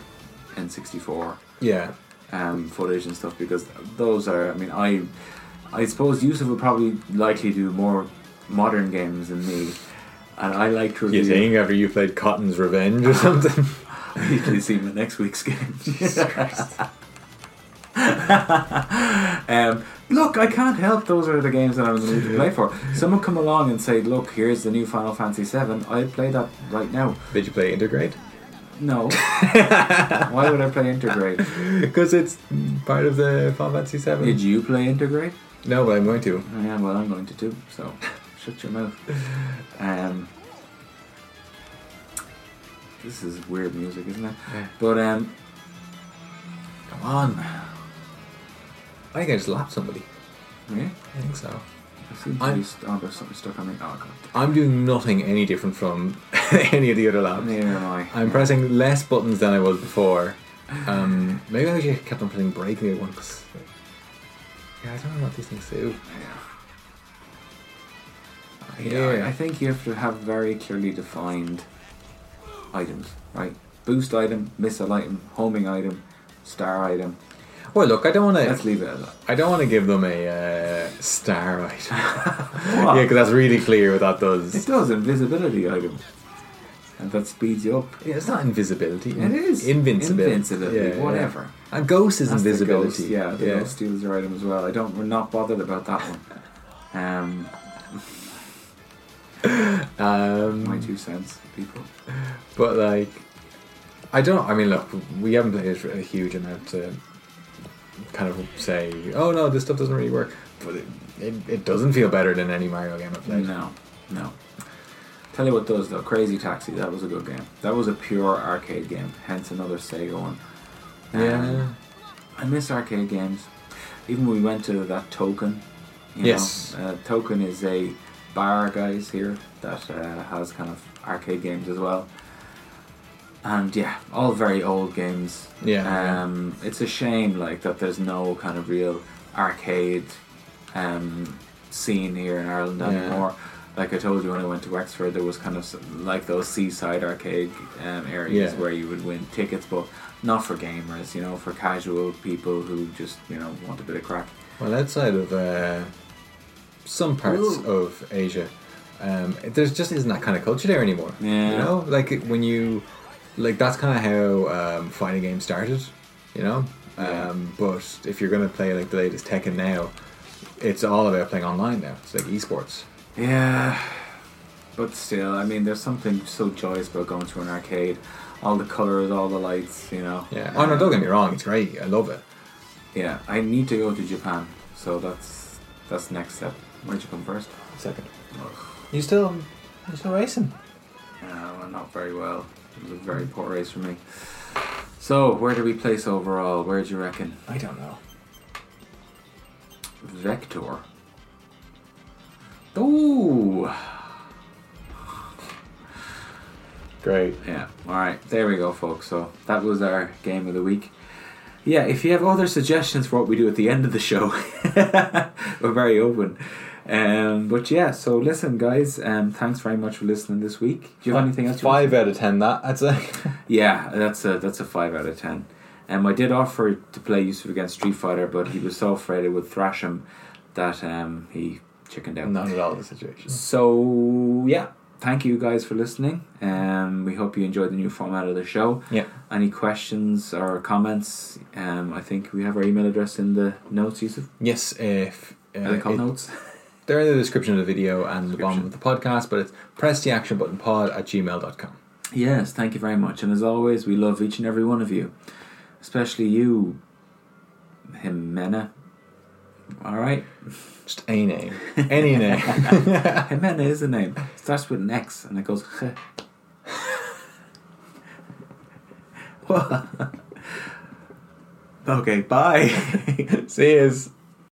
A: N64
B: Yeah.
A: um, footage and stuff because those are. I mean, I I suppose Yusuf would probably likely do more modern games than me, and I like to
B: You
A: review.
B: think after you played Cotton's Revenge or something?
A: I usually see my next week's game. um, look, I can't help. Those are the games that I was going to play for. Someone come along and say, "Look, here's the new Final Fantasy VII. I play that right now."
B: Did you play Integrate?
A: No. Why would I play Integrate?
B: Because it's part of the Final Fantasy Seven.
A: Did you play Integrate?
B: No, but I'm going to.
A: Oh, yeah, well, I'm going to do so. Shut your mouth. Um, this is weird music, isn't it?
B: Yeah.
A: But um, come on,
B: I think I just lapped somebody.
A: yeah.
B: I think so.
A: I seem to
B: I'm-
A: be st- oh, there's something stuck on me. Oh god,
B: I'm doing nothing any different from any of the other laps.
A: neither am I.
B: I'm pressing less buttons than I was before. Um, maybe I just kept on pressing break near one. 'cause- yeah, I don't know what these things do.
A: Yeah, I- I think you have to have very clearly defined items, right? Boost item, missile item, homing item, star item.
B: Well, look, I don't want
A: Let's
B: to.
A: leave it at that.
B: I don't want to give them a uh, star item. yeah,
A: What?
B: because that's really clear what that does.
A: It does invisibility item, and that speeds you up.
B: Yeah, it's not invisibility.
A: It is
B: invincibility.
A: Invincibility,
B: Yeah, yeah.
A: whatever.
B: A ghost is
A: That's the
B: invisibility.
A: ghost, yeah, the ghost steals your item as well. I don't. We're not bothered about that one. Um, my
B: Um,
A: two cents, people.
B: but like, I don't. I mean, look, we haven't played it for a huge amount to kind of say, oh no, this stuff doesn't really work. But it, it, it doesn't feel better than any Mario game I've played.
A: No, no. Tell you what does though. Crazy Taxi. That was a good game. That was a pure arcade game. Hence another Sega one. Um,
B: Yeah.
A: I miss arcade games. Even when we went to that Token. You
B: Yes.
A: Know, uh, Token is a bar, guys, here that uh, has kind of arcade games as well. And yeah, all very old games.
B: Yeah, yeah.
A: Um, It's a shame, like, that there's no kind of real arcade um, scene here in Ireland
B: Yeah.
A: anymore. Like I told you when I went to Wexford, there was kind of s- like those seaside arcade um, areas
B: Yeah.
A: where you would win tickets, but not for gamers, you know, for casual people who just, you know, want a bit of crack.
B: Well, outside of uh, some parts
A: Ooh.
B: of Asia, um, there's just isn't that kind of culture there anymore.
A: Yeah.
B: You know, like it- when you, like that's kind of how um, fighting games started. You know, um,
A: Yeah.
B: but if you're gonna play like the latest Tekken now, it's all about playing online now. It's like esports.
A: Yeah, but still, I mean, there's something so joyous about going to an arcade. All the colours, all the lights, you know.
B: Yeah. Oh no, don't get me wrong. It's great. I love it.
A: Yeah, I need to go to Japan, so that's that's next step. Where'd you come first?
B: Second. You still, you still racing?
A: Uh, well, not very well. It was a very poor race for me. So, where do we place overall? Where do you reckon?
B: I don't know.
A: Vector. Ooh.
B: Great.
A: Yeah. All right. There we go, folks. So that was our game of the week. Yeah. If you have other suggestions for what we do at the end of the show, we're very open. Um, but yeah. So listen, guys. Um, thanks very much for listening this week. Do you have anything else? you want
B: Five out of ten. That I'd say.
A: Yeah, that's a that's a five out of ten. Um, I did offer to play Yusuf against Street Fighter, but he was so afraid it would thrash him that um, he chickened out.
B: Not at all the situation.
A: So yeah, thank you guys for listening. Um, we hope you enjoyed the new format of the show.
B: Yeah.
A: Any questions or comments? Um, I think we have our email address in the notes, Yusuf.
B: Yes, if uh,
A: Are they called
B: it-
A: notes?
B: they're in the description of the video and the bottom of the podcast, but it's press the action button pod at gmail.com.
A: Yes, thank you very much. And as always, we love each and every one of you, especially you, Jimena. All right,
B: Just any name. Any name.
A: Jimena is the name. starts with an X and it goes. Well, okay, bye.
B: See yous.